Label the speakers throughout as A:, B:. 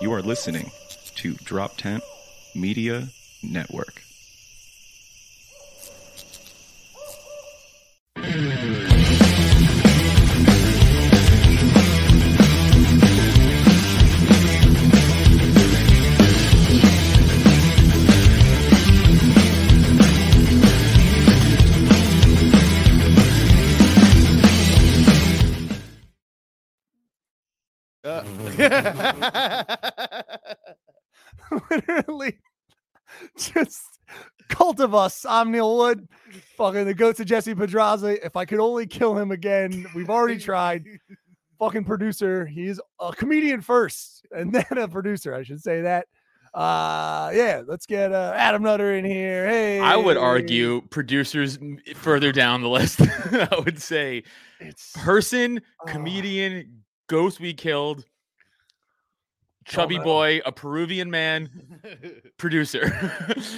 A: You are listening to Drop Tent Media Network.
B: Literally, just cult of us. I'm Neil Wood, fucking the goats of Jesse Pedraza. If I could only kill him again, we've already tried. Fucking producer, he's a comedian first, and then a producer. I should say that. Uh, yeah, let's get uh, Adam Nutter in here. Hey,
C: I would argue producers m- further down the list. I would say
B: it's
C: person,
B: Ah.
C: comedian, ghost we killed, chubby
B: Oh, no.
C: boy, a Peruvian man, producer.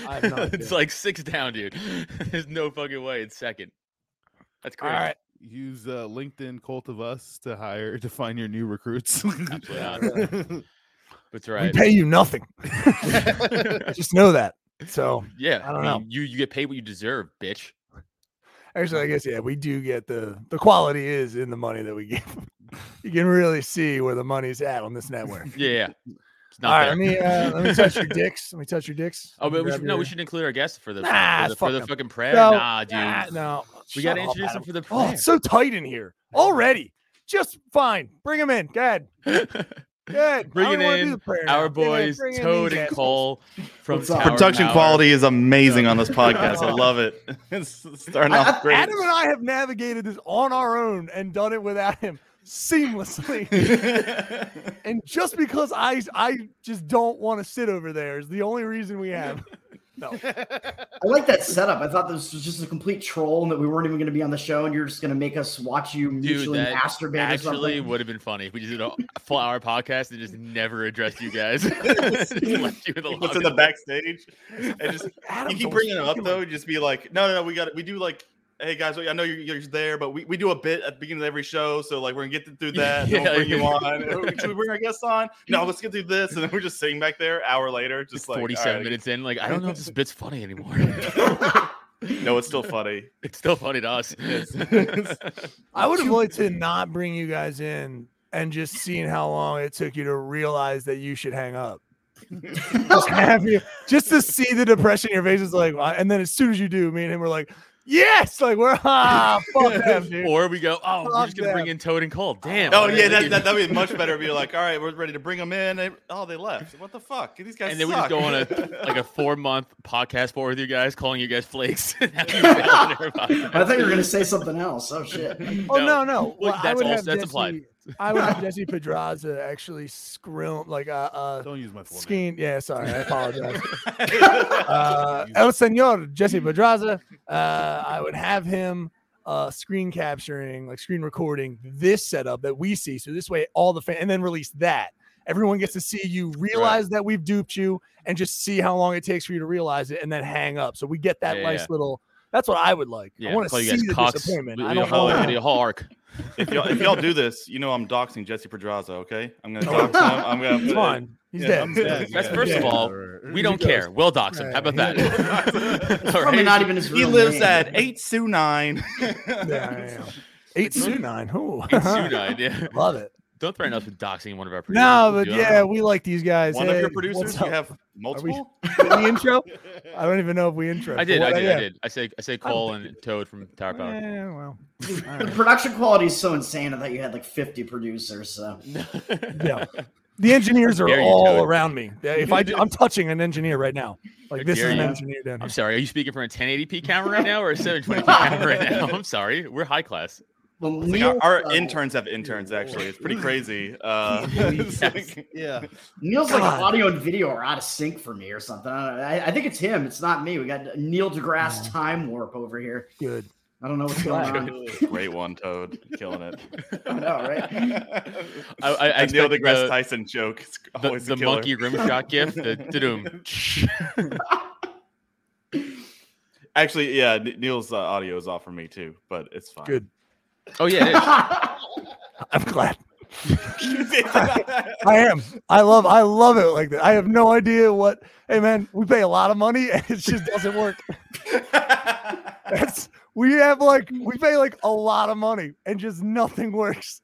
B: I have no idea.
C: it's like six down, dude. There's no fucking way. It's second. That's
B: all
C: crazy.
B: right.
D: Use uh, LinkedIn Cult of Us to hire to find your new recruits.
C: Absolutely That's
B: We
C: right.
B: pay you nothing. Just know that. So
C: yeah,
B: I don't know.
C: You you get paid what you deserve, bitch.
B: Actually, I guess yeah, we do get the the quality is in the money that we give. you can really see where the money's at on this network.
C: Yeah, yeah. It's
B: All
C: not
B: right, let
C: fair.
B: me uh, let me touch your dicks. Let me touch your dicks.
C: Oh,
B: Let me
C: but we
B: grab
C: should, no, we
B: your-
C: should include our guests for the, for
B: Nah,
C: the- for the
B: fuck 'em.
C: fucking prayer.
B: No,
C: nah, dude.
B: Ah, no,
C: we gotta
B: shut up,
C: introduce
B: Adam.
C: them for the
B: Oh,
C: prayer.
B: it's so tight in here already. Just fine. Bring them in. Good. Good.
C: Bring
B: I don't
C: it
B: wanna do
C: in,
B: the prayer now.
C: Our
B: Bring it in-
C: boys,
B: bring in
C: Toad
B: these
C: and
B: assholes.
C: Cole from
E: What's up?
C: Tower
E: Production
C: Power.
E: quality is amazing on this podcast. I
B: Oh.
E: love it. It's starting
B: I-
E: off
B: I-
E: great.
B: Adam and I have navigated this on our own and done it without him seamlessly. and just because I I just don't want to sit over there is the only reason we have. No,
E: I
F: I like that setup. I thought this was just a complete troll and that we weren't even going to be on the show and you're just going to make us watch you mutually
C: that
F: masturbate
C: Actually,
F: or something.
C: would have been funny if we just did a full hour podcast and just never addressed you guys. Just left you in the
E: What's in the
C: lobby.
E: backstage? And just
B: Adam,
E: you keep bringing it up though. Just be like, no, no, no. We got it. We do like, hey guys, I know you're, you're there, but we, we do a bit at the beginning of every show. So like, we're gonna get through that. Yeah,
C: Yeah,
E: we'll bring you
C: yeah.
E: on. Oh, Should we bring our guests on? No, let's get through this. And then we're just sitting back there, hour later, just like all
C: Forty-seven
E: right.
C: minutes in, like I don't know if this bit's funny anymore.
E: No, it's still funny.
C: it's still funny to us.
B: I would have liked to not bring you guys in and just seeing how long it took you to realize that you should hang up. just have you just to see the depression in your face is like, "Why?" and then as soon as you do, me and him were like, yes, like we're ah fuck them, dude.
C: or we go, oh, we're
B: Fuck
C: just gonna bring in Toad and Cole. Damn.
E: Oh
C: why did
E: yeah,
C: I
E: that
C: leave?
E: that would be much better. Be like, all right, we're ready to bring them in. They- oh, they left. What the fuck? These guys.
C: and then we just
E: suck."
C: go on a like a four month podcast for with you guys, calling you guys flakes. and have you bail on everybody.
F: I thought you were going to say something else. Oh, shit.
B: Oh no, no.
C: Well,
B: I
C: that's
B: would
C: also-
B: have
C: that's implied.
B: Jesse- I would have Jesse Pedraza actually scrim like uh uh
D: Don't use my full name.
B: skiing. Yeah, sorry, I apologize. uh, El Senor Jesse Pedraza. Uh, I would have him uh, screen capturing, like screen recording this setup that we see. So this way, all the fan and then release that. Everyone gets to see you realize that we've duped you and just see how long it takes for you to realize it and then hang up. So we get that
C: Yeah, yeah,
B: nice
C: yeah.
B: little. That's what I would like. I want to
C: call
B: see
C: you guys
B: the
C: cocks.
B: disappointment.
C: We-
B: I
C: we
B: don't
C: whole,
B: want
C: we do a whole arc.
E: if y'all, if y'all do this, you know I'm doxing Jesse Pedraza. Okay, I'm gonna dox him. I'm gonna.
B: It's fine. He's
D: Yeah,
B: dead.
D: I'm dead,
C: That's-
D: yeah.
C: first of
D: Yeah.
C: all,
D: Or-
C: We don't care. We'll dox him. How
B: Right.
C: about that? All
F: Probably
C: right.
F: not even his
E: He
F: real
E: lives
F: name.
E: at eight Sue nine.
B: Yeah, yeah. Eight two nine. Ooh.
C: It's you nine, yeah.
B: Love it.
C: Don't threaten us with doxing one of our producers.
B: No, but
C: dude.
B: yeah, we like these guys.
E: One of
B: Hey,
E: your
B: what's
E: producers. You
B: up?
E: have multiple.
B: Did we intro? I don't even know if we intro.
C: I did, I did, I did. I say, I say, Cole and Toad from Tower Power.
B: well,
F: The production quality is so insane. I thought you had like 50 producers. So
B: yeah. The engineers are
C: Dare you,
B: all
C: Toad.
B: around me. Yeah, If I, do- I'm touching an engineer right now. Like this is
C: dare
B: an
C: you.
B: engineer down here.
C: I'm sorry. Are you speaking from a 1080p camera right now or a 720p camera right now? I'm sorry. We're high class.
F: Well,
E: It's like
F: Neil,
E: our, our
F: uh,
E: interns have interns actually. It's pretty crazy. Uh, it's like-
D: Yeah.
F: Neil's like
B: God.
F: audio and video are out of sync for me or something. I, don't know. I, I think it's him. It's not me. We got Neil deGrasse time warp over here.
B: Good.
F: I don't know what's going on.
E: Great one, Toad, killing it.
F: I know, right?
C: I, I, I
E: I Neil
C: expect
E: deGrasse
C: the-
E: Tyson joke. It's
C: the,
E: always
C: the
E: a killer.
C: monkey rimshot gift. The da-doom.
E: Actually, yeah, N- Neil's uh, audio is off for me too, but it's fine.
B: Good.
C: Oh yeah, it is.
B: I'm glad. I am. I love. I love it like that. I have no idea what. Hey man, we pay a lot of money and it just doesn't work. That's we have like we pay like a lot of money and just nothing works.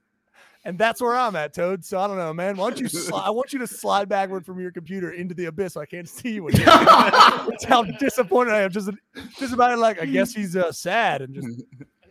B: And that's where I'm at, Toad. So I don't know, man. Why don't you? Sli- I want you to slide backward from your computer into the abyss. So I can't see you. anymore. That's how disappointed I am. Just, just about it, like I guess he's uh, sad and just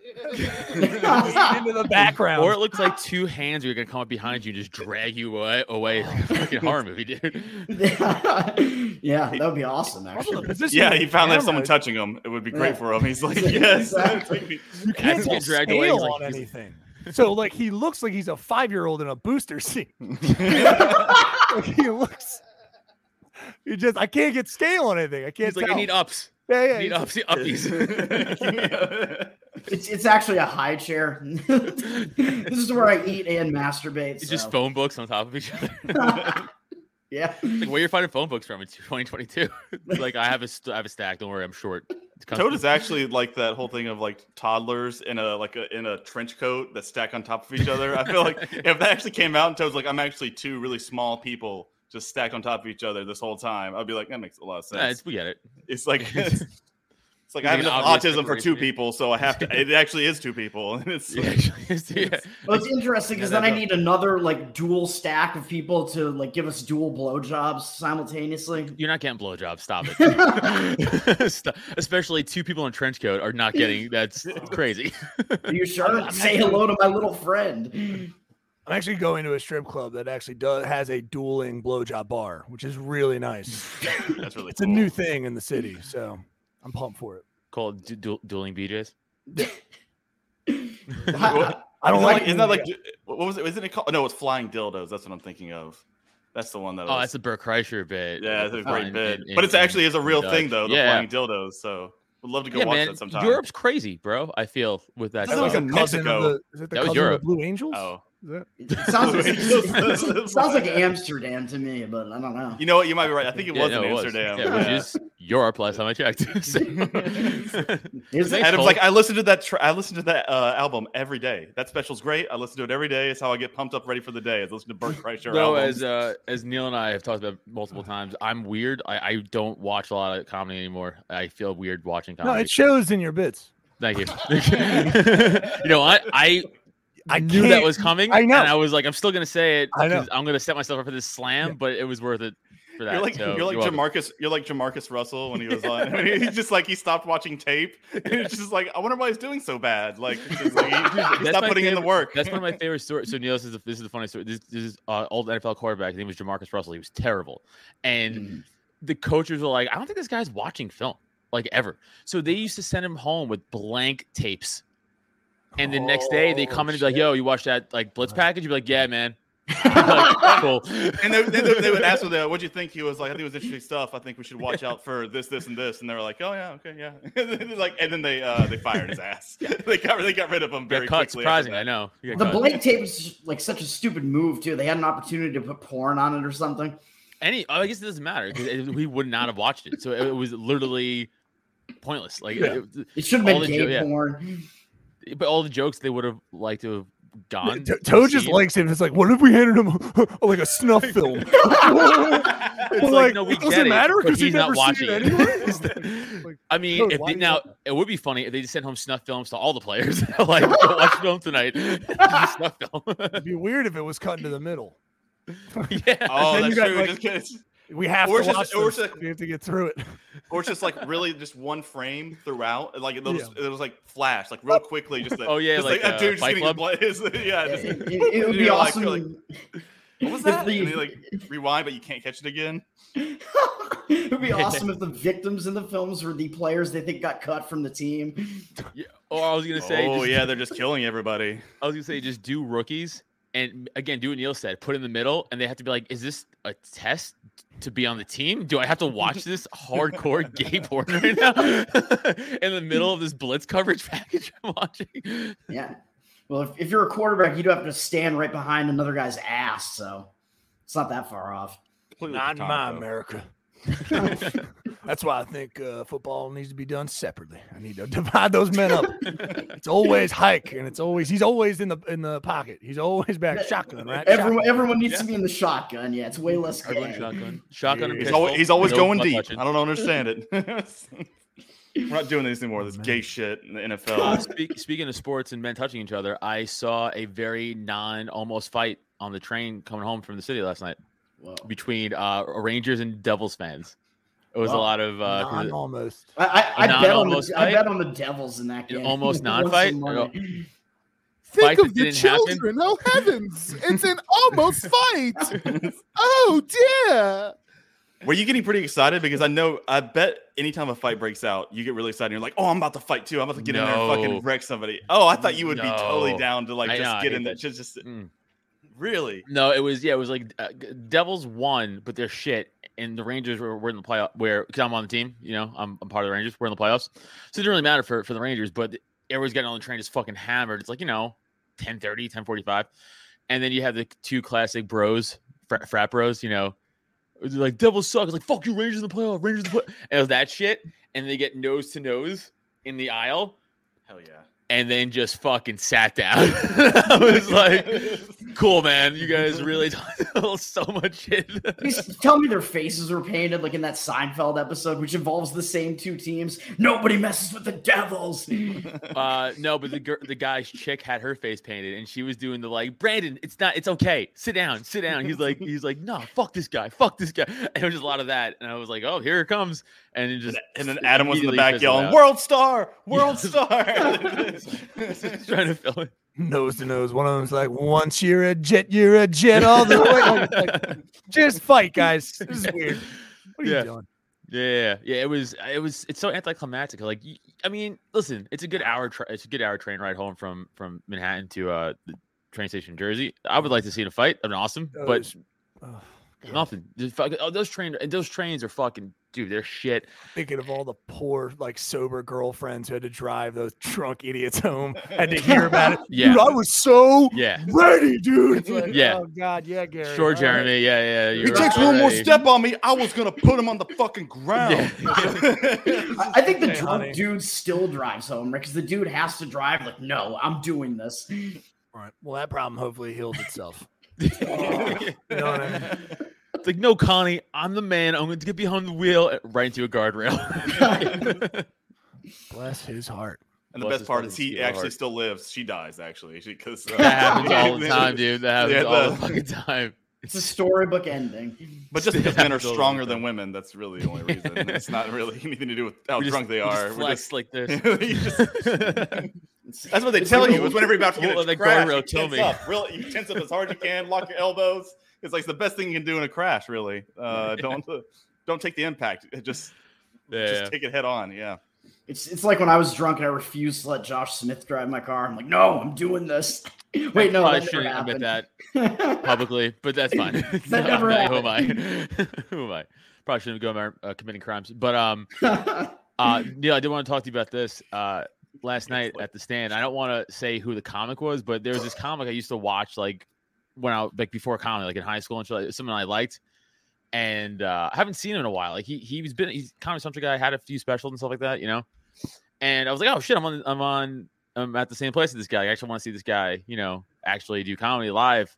B: into the background.
C: Or it looks like two hands are gonna come up behind you and just drag you away, away like a fucking horror movie, dude.
F: yeah, that would be
B: Also,
F: awesome.
B: the
F: Actually,
B: position
E: yeah,
B: of
E: he
B: the
E: found that
B: camera,
E: someone touching him. It would be great
F: Yeah.
E: for him. He's like,
F: Yeah,
E: yes.
F: exactly.
B: You can't
C: Cats
B: get dragged away
C: he's like-
B: on anything. So like he looks like he's a five year old in a booster seat. like he looks. He just I can't get scale on anything. I can't.
C: He's like, I
B: tell.
C: need ups.
B: Yeah, yeah.
C: I need
B: he's-
C: ups. Uppies.
F: it's, it's actually a high chair. this is where I eat and masturbate.
C: It's just
F: so.
C: phone books on top of each other.
F: yeah.
C: Like where you're finding phone books from? It's 2022. like I have a st- I have a stack. Don't worry, I'm short. It's
E: Toad is actually like that whole thing of like toddlers in a like a, in a trench coat that stack on top of each other. I feel like if that actually came out and Toad's like, I'm actually two really small people just stacked on top of each other this whole time, I'd be like, that makes a lot of
C: Yeah,
E: sense.
C: it's, we get it.
E: it's, like it's,
C: It's like
E: like I have
C: an
E: enough
C: obvious
E: autism for two
C: separation.
E: people, so I have to. It actually is two people, and it's
C: Yeah,
E: like,
C: actually, it's- yeah.
F: Well, it's interesting because
C: Yeah,
F: then I
C: that-
F: need another like dual stack of people to like give us dual blowjobs simultaneously.
C: You're not getting blowjobs. Stop it. Stop. Especially two people in a trench coat are not getting. That's crazy.
F: Are you sure? Say hello to my little friend.
B: I'm actually going to a strip club that actually does has a dueling blowjob bar, which is really nice.
E: that's really.
B: It's a new thing in the city, so I'm pumped for it.
C: Called du- du- dueling BJs.
B: I don't like.
E: Isn't that like, isn't that like what was it? Isn't it called? No, it's flying dildos. That's what I'm thinking of. That's the one that.
C: Oh,
E: was-
C: that's the Burke Kreischer bit.
E: Yeah, it's a great
C: Fine,
E: bit.
C: in-
E: but it's
C: in-
E: actually is a
C: in
E: real
C: Dutch.
E: thing though, the
C: yeah.
E: flying dildos. So would love to go
C: yeah,
E: watch
C: man.
E: that sometime.
C: Europe's crazy, bro. I feel with that.
E: That
B: That's
C: stuff.
B: like a
E: was
B: cousin of
E: Mexico.
B: the, is it the
C: That was
B: cousin of the
C: Europe.
B: Blue Angels?
E: Oh.
B: Is that-
F: It sounds, it sounds like Amsterdam to me, but I don't know.
E: You know what? You might be right. I think it
C: Yeah,
E: was
C: no,
E: in
C: it was.
E: Amsterdam.
C: Yeah,
E: yeah.
C: which is Europe last time I checked. So-
F: Is it?
C: Thanks,
E: Adam's
C: Cole.
E: like, I listen to that. Tr- I listen to that uh, album every day. That special's great. I listen to it every day. It's how I get pumped up, ready for the day. Is listen to Burt Kreischer
C: Though,
E: albums.
C: as uh, as Neil and I have talked about multiple times, I'm weird. I, I don't watch a lot of comedy anymore. I feel weird watching
B: No,
C: comedy.
B: it shows in your bits.
C: Thank you. you know, I I,
B: I
C: knew that
B: can't-
C: was coming.
B: I know.
C: And I was like, I'm still gonna say it.
B: I know.
C: 'cause I'm gonna set myself up for this slam, but it was worth it for that.
E: You're like
C: so
E: you're like
C: welcome.
E: Jamarcus. You're like Jamarcus Russell when he was on. he's just like he stopped watching tape. And it's just like I wonder why he's doing so bad. Like, it's just like, he- he's
C: That's
E: not
C: my
E: putting in the
C: favorite-
E: work.
C: That's one of my favorite stories. So Neil, this is a, this is a funny story. This, this is uh, old NFL quarterback. His name was Jamarcus Russell. He was terrible, and the coaches were like, "I don't think this guy's watching film like ever." So they used to send him home with blank tapes, and the next day they come in and be like, "Yo, you watched that like blitz package?" You'd be like, "Yeah, man." Like, cool.
E: and they, they, they would ask him, uh, "What'd you think?" He was like, "I think it was interesting stuff. I think we should watch out for this, this, and this." And they were like, "Oh yeah, okay, yeah." They're like, and then they uh, they fired his ass. they got they got rid of him
C: Got
E: very
C: cut.
E: quickly. after
C: Surprising, I know. You got
F: The
C: cut.
F: blank tape is like such a stupid move too. They had an opportunity to put porn on it or something.
C: Any, oh, I guess it doesn't matter because we would not have watched it. So it, it was literally pointless. Like, it-
F: It should have
C: All
F: been
C: the
F: gay
C: jo- yeah.
F: porn.
C: but all the jokes they would have liked to have gone.
B: To- Toad just
C: seen.
B: likes him. It's like, what if we handed him like a snuff film?
C: It's
B: But,
C: like,
B: like,
C: no, we
B: it doesn't
C: get it,
B: matter
C: but
B: 'cause he's
C: he's not
B: never seen
C: watching
B: it
C: it.
B: anyway.
C: It's the-
B: Like,
C: I mean,
B: Toad,
C: if
B: why
C: they,
B: do you
C: now
B: want
C: it would be funny if they just sent home snuff films to all the players. like, go watch film tonight. snuff film.
B: It'd be weird if it was cut into the middle.
C: yeah.
E: Oh,
B: Then
E: that's
B: you got,
E: true.
B: like-
E: just kidding.
B: We have
E: Or
B: to
E: it's just-
B: watch
E: or it's
B: this.
E: a-
B: We have to get through it.
E: Or it's just like really just one frame throughout. Like it was,
B: Yeah.
E: it was like flash, like real quickly. Just that,
C: Oh, yeah,
E: just
C: like,
E: that
C: uh,
E: dude just
C: Fight
E: getting
C: Club?
E: blood. His, yeah,
F: It,
E: just,
F: it- it would be
E: You're like-
F: awesome.
E: you're like, what was
F: if
E: that?
F: the-
E: And they like rewind, but you can't catch it again.
F: it would be awesome if the victims in the films were the players they think got cut from the team.
C: Oh, I was gonna say.
E: oh
C: just-
E: yeah, they're just killing everybody.
C: I was gonna say just do rookies and again do what Neil said, put in the middle, and they have to be like, is this a test to be on the team? Do I have to watch this hardcore gay porn right now in the middle of this blitz coverage package I'm watching?
F: Yeah. Well, if, if you're a quarterback, you do have to stand right behind another guy's ass, so it's not that far off.
E: Completely
B: Not
E: platonic,
B: my
E: though.
B: America. That's why I think uh, football needs to be done separately. I need to divide those men up. it's always hike, and it's always he's always in the in the pocket. He's always back shotgun, right?
F: Everyone, everyone needs
C: Yeah.
F: to be in the shotgun. Yeah, it's way less.
C: Everyone
F: gay.
C: shotgun, shotgun. and
E: He's
C: pistol,
E: always, he's always
C: no
E: going
C: butt
E: deep.
C: touching.
E: I don't understand it. We're not doing this
C: Oh,
E: anymore. This gay shit in the
C: Uh,
E: NFL.
C: speak, speaking of sports and men touching each other, I saw a very non almost fight on the train coming home from the city last night
F: Whoa.
C: between uh, Rangers and Devils fans. It was a
F: Wow.
C: lot of uh, 'cause
B: Non almost.
F: I, I, I
C: Not
F: bet on
C: almost
F: the, I
C: fight?
F: bet on the Devils in that
C: An
F: game.
C: almost Oh.
F: I want
C: non-fight?
F: some money.
D: Think
C: Fight
D: of
C: that
D: the
C: didn't happen.
D: children. Oh heavens! It's an almost fight. oh dear.
E: Were you getting pretty excited? Because I know, I bet anytime a fight breaks out, you get really excited. You're like, oh, I'm about to fight too. I'm about to get in there and
C: No.
E: fucking wreck somebody. Oh, I thought you would be totally
C: No.
E: down to like
C: I
E: just
C: know, I
E: get
C: hate
E: in there.
C: that
E: Just, just
C: Mm.
E: really.
C: No, it was yeah, it was like uh, g- Devils won, but they're shit, and the Rangers were, were in the playoff. Where because I'm on the team, you know, I'm, I'm part of the Rangers. We're in the playoffs, so it didn't really matter for for the Rangers. But everyone's getting on the train is fucking hammered. It's like you know, 10:30, 10:45, and then you have the two classic bros, frat, frat bros. You know, they're like Devils suck. It's like fuck you, Rangers in the playoff, Rangers in the playoff, and it was that shit. And they get nose to nose in the aisle,
E: Hell yeah.
C: and then just fucking sat down. I was like cool man you guys really told so much shit
F: Please tell me their faces were painted like in that Seinfeld episode, which involves the same two teams. Nobody messes with the Devils.
C: uh no but the girl the guy's chick had her face painted and she was doing the like brandon it's not it's okay sit down sit down he's like he's like no fuck this guy fuck this guy and it was just a lot of that and i was like oh here it comes and it just
E: And then Adam was in the
C: immediately
E: back
C: fizzled
E: yelling,
C: out.
E: "World star, world
C: Yeah.
E: star!"
C: trying to fill it
B: Nose to nose. One of them's like, once you're a jet, you're a jet all the oh, way. I'm just like, just fight, guys. This is weird. What are
C: Yeah.
B: you doing?
C: Yeah, yeah, it was, it was, it's so anticlimactic. Like, y- I mean, listen, it's a good hour, tra- it's a good hour train ride home from from Manhattan to uh the train station in Jersey. I would like to see it a fight, an awesome, but
B: Those- oh, God.
C: nothing. Just fucking- oh, those train, and those trains are fucking, dude, they're shit.
B: Thinking of all the poor, like sober girlfriends who had to drive those drunk idiots home, had to hear about it.
C: Yeah.
B: Dude, I was so
C: Yeah,
B: ready, dude. It's like,
C: Yeah.
B: Oh God, yeah, Gary. all
C: sure,
B: right.
C: Jeremy. Yeah, yeah.
E: If
C: you're
E: he takes
C: right,
E: one more
C: right.
E: step on me, I was gonna put him on the fucking ground.
F: I I think the
B: Hey,
F: drunk
B: honey.
F: dude still drives home because the dude has to drive. Like, no, I'm doing this.
B: All right. Well, that problem hopefully healed itself.
C: it's
B: You know what I mean?
C: like, no, Connie, I'm the man. I'm going to get behind the wheel uh, right into a guardrail.
B: Bless his heart.
E: And the
C: Bless
E: best
C: his
E: part
C: fucking
E: is he
C: sweetheart.
E: actually still lives. She dies actually because uh,
C: that happens all the time, dude. That happens
E: Yeah,
C: all the
E: the-
C: fucking time.
F: It's a storybook ending.
E: But just
C: It
E: because men are
C: happens all the
E: stronger
C: time.
E: than women, that's really the only reason. It's not really anything to do with how
C: We just-
E: drunk they
C: we just
E: are. We're
C: flex
E: just-
C: like this.
E: you just-
F: It's-
E: that's what they
F: it's
E: tell
F: like
E: you. It's whenever you're about to get
C: Well,
E: in
C: that
E: a crash,
C: guardrail
E: you
C: kill
E: tense
C: me.
E: up. Really, you tense up as hard as you can. Lock your elbows. It's like the best thing you can do in a crash. Really, uh, don't don't take the impact. Just
C: Yeah.
E: just take it head on. Yeah.
F: It's it's like when I was drunk and I refused to let Josh Smith drive my car. I'm like, no, I'm doing this. Wait, no,
C: I
F: that never
C: shouldn't admit
F: happened.
C: that
F: that.
C: publicly, but that's fine.
F: That never
C: Who am I? Who am I? Probably shouldn't go around uh, committing crimes. But um, uh, Neil, I did want to talk to you about this. Uh, last night at the stand, I don't want to say who the comic was, but there was this comic I used to watch like when I like before comedy, like in high school and shit. Like, someone I liked, and uh, I haven't seen him in a while. Like he he was been he's a Comedy Central guy, had a few specials and stuff like that, you know. And I was like, oh shit, I'm on I'm on I'm at the same place as this guy. I actually want to see this guy, you know, actually do comedy live.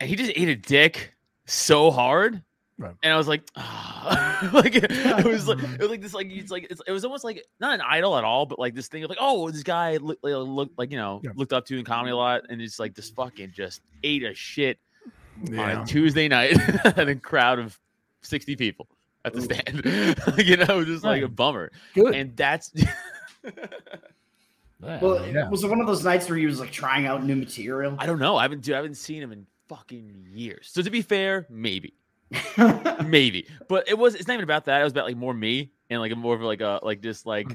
C: And he just ate a dick so hard.
B: Right.
C: And I was like, ah. like it was like it was like this like it's like it's, it was almost like not an idol at all, but like this thing of like, oh, this guy look, looked like you know
B: Yeah.
C: looked up to in comedy a lot, and it's like this fucking just ate a shit on
B: Yeah.
C: a Tuesday night at a crowd of 60 people at the
F: Ooh.
C: stand. you know, just like a bummer.
B: Good.
C: And that's
F: well, was it one of those nights where he was like trying out new material?
C: I don't know. I haven't dude, I haven't seen him in fucking years. So to be fair, maybe. maybe. But it was it's not even about that. It was about like more me and like more of like a like just like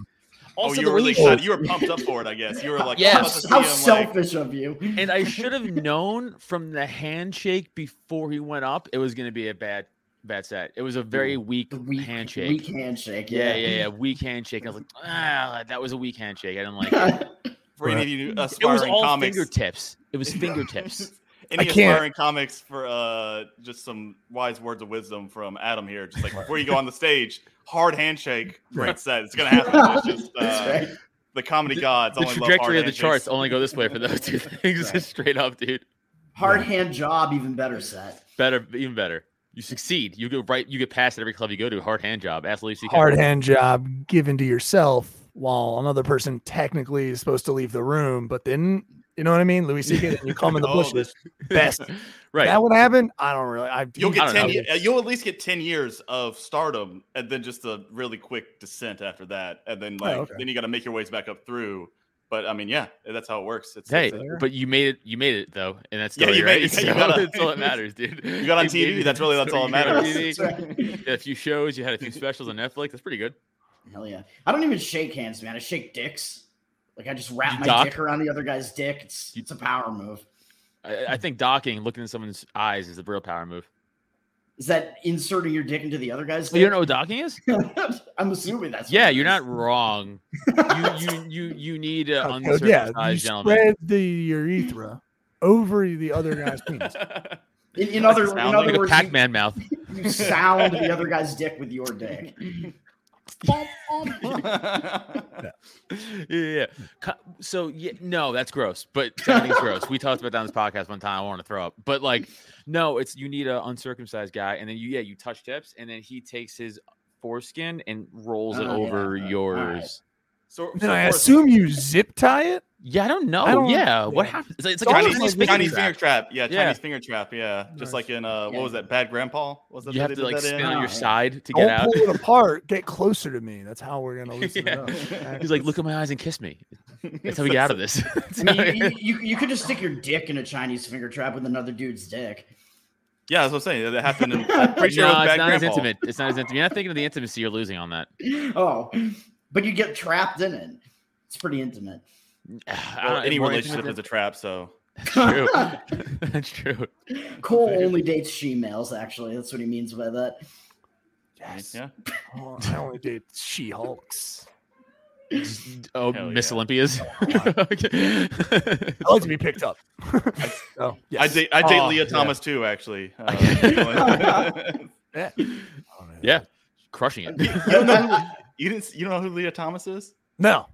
E: Oh,
C: Also,
E: you
C: the
E: were really
C: way he-
E: excited. You were pumped up for it, I guess. You were like,
C: Yes.
E: "I'm about to
F: How,
E: see
F: how
E: him," like-
F: selfish of you.
C: and I should have known from the handshake before he went up, it was going to be a bad, bad set. It was a very weak,
F: The weak
C: handshake.
F: Weak handshake.
C: yeah,
F: Yeah,
C: yeah, yeah. Weak handshake. I was like, ah, that was a weak handshake. I didn't like it.
F: yeah.
E: for any of you
C: It was
E: aspiring
C: all
E: comics.
C: fingertips. It was fingertips.
E: Any
B: I can't.
E: aspiring comics for uh, just some wise words of wisdom from Adam here. Just like before you go on the stage, hard handshake, great set. It's gonna happen. It's just,
F: That's
E: uh,
F: right.
E: The comedy gods.
C: the
E: only love
C: trajectory
E: hard
C: of the
E: handshakes.
C: charts only go this way for those two things.
F: Right.
C: Straight up, dude.
F: Hard hand job, even better set.
C: Better, even better. You succeed. You go right. You get past at every club you go to. Hard hand job. Absolutely.
B: hard hand job given to yourself while another person technically is supposed to leave the room, but then you know what I mean? Louis C.K. then you come in the
E: Oh,
B: bushes. Best.
C: Right.
B: That would happen? I don't really. I,
E: You'll
C: I
E: get
C: don't
E: ten.
C: know.
E: ye- uh, you'll at least get ten years of stardom, and then just a really quick descent after that, and then like
B: Oh, okay.
E: then you got to make your ways back up through. But I mean, yeah, that's how it works. It's,
C: Hey,
E: it's a-
C: but you made it. You made it though, and that's
E: Yeah, you
C: right?
E: made it.
C: So
E: You got on-
C: that's all that matters, dude. You
E: got on
C: made
E: TV,
C: it.
E: that's really- that's all that
C: You got on
E: matters.
C: TV,
F: That's right.
C: you had a few shows. You had a few specials on Netflix. That's pretty good.
F: Hell yeah. I don't even shake hands, man. I shake dicks. Like I just wrap
C: You
F: my
C: dock?
F: dick around the other guy's dick. It's it's a power move.
C: I, I think docking, looking in someone's eyes, is the real power move.
F: Is that inserting your dick into the other guy's
C: You
F: dick?
C: don't know what docking is?
F: I'm assuming that's what
C: Yeah,
F: it
C: you're
F: is.
C: not wrong. You you you you need an
B: Oh, yeah, you
C: uncircumcised gentleman.
B: spread the urethra over the other guy's penis.
F: In, in other, in
E: sound
F: other
C: Like a
F: words, you-
C: Pac-Man mouth.
F: you sound the other guy's dick with your dick.
C: yeah, yeah. Co- So yeah, no, that's gross. But docking's gross. We talked about that on this podcast one time. I want to throw up, but like, no, it's you need an uncircumcised guy, and then you yeah, you touch tips, and then he takes his foreskin and rolls it
F: Oh, yeah.
C: over
F: Alright.
C: yours.
E: so,
B: Then
E: so
B: I
E: for-
B: assume you zip tie it.
C: Yeah, I don't know.
B: don't-
C: yeah, what
B: yeah.
C: happens? It's like, it's
B: It's
C: like a
B: almost
E: Chinese,
C: Chinese,
B: like
C: finger
E: Chinese
C: trap.
E: finger trap. Yeah,
C: Yeah.
E: Chinese finger trap. Yeah, just
B: Nice.
E: like in uh,
F: Yeah.
E: what was that? Bad Grandpa. Was that
C: You
E: that
C: have
E: they
C: to
E: did
C: like
E: that in?
C: spin on
F: Oh,
C: your
F: yeah.
C: side to
B: Don't
C: get out.
B: pull it apart. Get closer to me. That's how we're gonna loosen
C: Yeah.
B: it up.
C: He's like, look at my eyes and kiss me. That's how we get out of this.
F: I mean, you, you, you could just stick your dick in a Chinese finger trap with another dude's dick.
E: Yeah, that's what I'm saying. That happened. In, I'm pretty sure it
C: no,
E: was
C: it's
E: Bad
C: not as
E: Grandpa.
C: intimate. It's not as intimate. You're not thinking of the intimacy you're losing on that.
F: Oh, but you get trapped in it. It's pretty intimate.
C: I
E: Well,
C: don't-
E: any
C: more
E: relationship
C: intimate
E: is a trap. So
C: than- true. That's true.
F: Cole only dates she males, actually. That's what he means by that.
B: Yes.
E: yeah,
B: Oh, I only did She Hulks.
C: Oh,
E: Hell
C: Miss
E: yeah.
C: Olympias.
B: I like to be picked up. oh, yes.
E: I date I date
C: Oh,
E: Leah
C: yeah.
E: Thomas too. Actually, uh,
B: Yeah.
C: yeah, crushing it.
E: you don't know who, you didn't you don't know who Leah Thomas is?
B: No,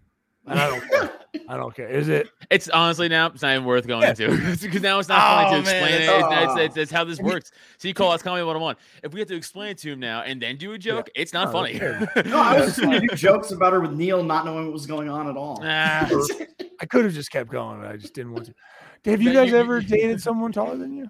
B: and I don't. Care. I don't care. Is it?
C: It's honestly now it's not even worth going
B: Yeah.
C: into because now it's not funny
E: Oh,
C: to explain
E: man,
C: it.
E: that's-
C: It's, it's,
F: oh.
C: it's- it's how this works. See, Cole, that's comedy 101. If we have to explain it to him now and then do a joke, it's not
B: No,
C: funny.
B: that's
F: No, I was just going to do jokes about her with Neil not knowing what was going on at all.
C: Ah,
B: I could have just kept going. but I just didn't want to. Have you
C: No, you-
B: guys ever
C: you-
B: dated someone taller than you?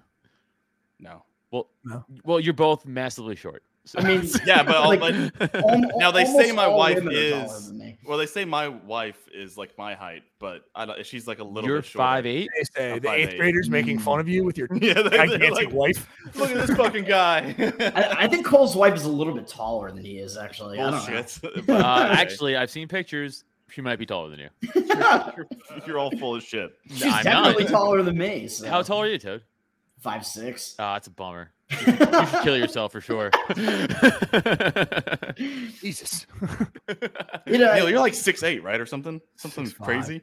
E: No.
C: well,
B: No.
C: well, you're both massively short. So.
F: I mean,
E: Yeah, but, all
F: Like-
E: but
F: almo-
E: Now, they say
F: almost
E: my
F: all
E: wife
F: women are taller
E: is-
F: than me.
E: well, they say my wife is like my height, but I don't. She's like a little.
C: you're
E: bit shorter.
C: five eight.
B: They say
E: I'm
B: the
E: five
B: eighth
E: eight.
B: graders making fun of you with your
E: Yeah, they- they're,
B: gigantic
E: like,
B: wife.
E: look at this fucking guy.
F: I, I think Cole's wife is a little bit taller than he is, actually.
E: Bullshit.
C: Uh,
E: But okay.
C: Actually, I've seen pictures. She might be taller than you.
F: I don't know.
E: you're all full of shit.
F: She's
C: I'm
F: definitely
C: not.
F: taller than me. So.
C: How tall are you, Toad?
F: Five six.
C: Ah, it's a bummer. You should kill yourself for sure.
B: Jesus.
F: You know,
E: Neil, you're like six eight, right, or something? Something
B: 6'5".
E: crazy.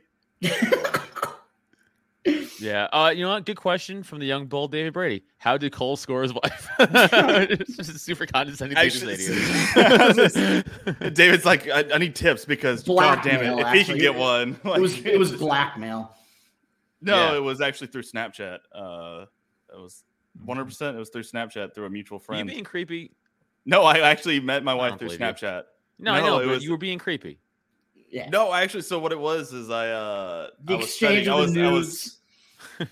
C: yeah. Uh, you know what? Good question from the young bull David Brady. How did Cole score his wife? it's just a super condescending thing to say to you.
E: David's like, I, I need tips because god damn
F: Blackmail,
E: it, if he
F: actually.
E: can get one, like,
F: it was it was blackmail.
E: no,
C: Yeah.
E: it was actually through Snapchat. Uh, it was 100. percent It was through Snapchat through a mutual
C: you
E: friend.
C: being creepy?
E: No, I actually met my
C: don't
E: wife through
C: believe you.
E: Snapchat.
C: No, I
E: No,
C: know,
E: it
C: but
E: was-
C: you were being creepy.
F: Yeah.
E: No, actually, so what it was is I uh
F: The
E: I was
F: exchange
E: studying- I
F: of
E: was,
F: the
E: I
F: nudes.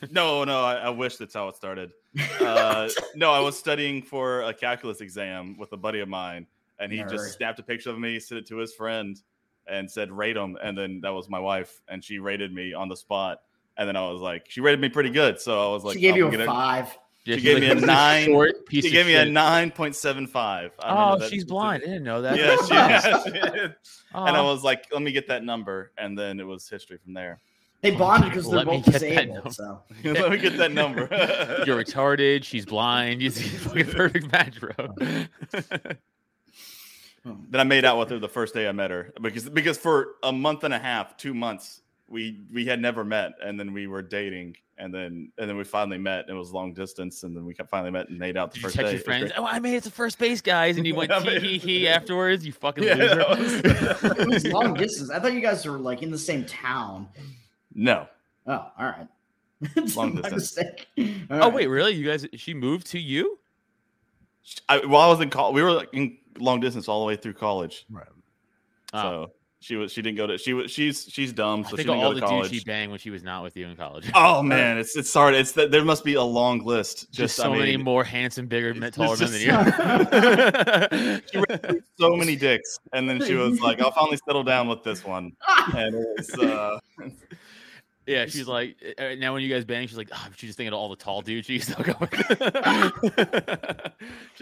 E: was no, no, I, I wish that's how it started. Uh, no, I was studying for a calculus exam with a buddy of mine, and he
F: Nerd.
E: just snapped a picture of me, sent it to his friend, and said, rate him. And then that was my wife, and she rated me on the spot. And then I was like, she rated me pretty good. So I was like,
F: she gave
E: I'm
F: you a
E: gonna-
F: five.
C: Yeah,
E: She
C: she's
E: gave me a
C: "This is
E: nine-
C: Short piece
E: She
C: of
E: gave me a
C: shit."
E: nine point seven five.
C: Oh, she's blind. I didn't know that.
E: Yeah, she, yeah, she is. And I
C: Aw.
E: was like, let me get that number, and then it was history from there.
F: They bonded because they're
C: Oh, Let me get
F: both
C: that number.
F: disabled. So
E: let me get that number.
C: Oh. You're retarded. She's blind. You see, fucking perfect match,
E: Oh,
C: bro.
E: Then I made out with her the first day I met her because because for a month and a half, two months, we we had never met, and then we were dating, and then and then we finally met. And it was long distance, and then we got- finally met and made out the
C: Did you
E: first
C: text
E: day.
C: your
E: It was
C: friends?
E: great.
C: Oh, I made it to first base, guys, and you went
E: Yeah,
C: hee
E: man.
C: hee hee afterwards. You fucking
E: Yeah,
C: loser.
E: that was-
F: it was long distance. I thought you guys were like in the same town.
E: No,
F: Oh, all right. It's
E: Long
F: my
E: distance.
F: mistake.
C: Oh wait, really? You guys? She moved to you?
E: I, well, I was in college. We were like, in long distance all the way through college,
B: Right.
C: Oh.
E: so she was she didn't go to she was she's she's dumb,
C: I
E: so she
C: think
E: didn't
C: of all
E: go to
C: the
E: college.
C: dudes she banged when she was not with you in college.
E: Oh man, it's it's hard. It's that there must be a long list. Just,
C: just so
E: I mean,
C: many more handsome, bigger, men-
E: it's
C: taller men than
E: just-
C: you.
E: She ran through so many dicks, and then she was like, "I'll finally settle down with this one." And it was, uh,
C: yeah, she's like uh, now when you guys bang, she's like, oh, she's just thinking of all the tall dudes she used to go with. she's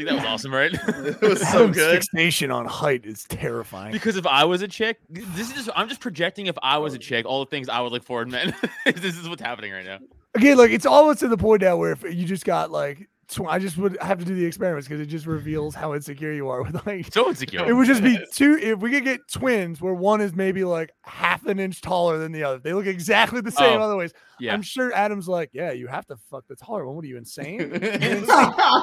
C: like, that was awesome, right?
E: it was so
B: Adam's
E: good.
B: Fixation on height is terrifying.
C: Because if I was a chick, this is just I'm just projecting if I was a chick, all the things I would look for in men. this is what's happening right now.
B: Again, like it's almost to the point now where if you just got like, tw- I just would have to do the experiments because it just reveals how insecure you are with like.
C: So
B: It
C: insecure.
B: would just be two. If we could get twins where one is maybe like half an inch taller than the other, they look exactly the same
C: Oh,
B: otherwise.
C: Yeah.
B: I'm sure Adam's like, yeah, you have to fuck the taller one. What are you insane?
F: Because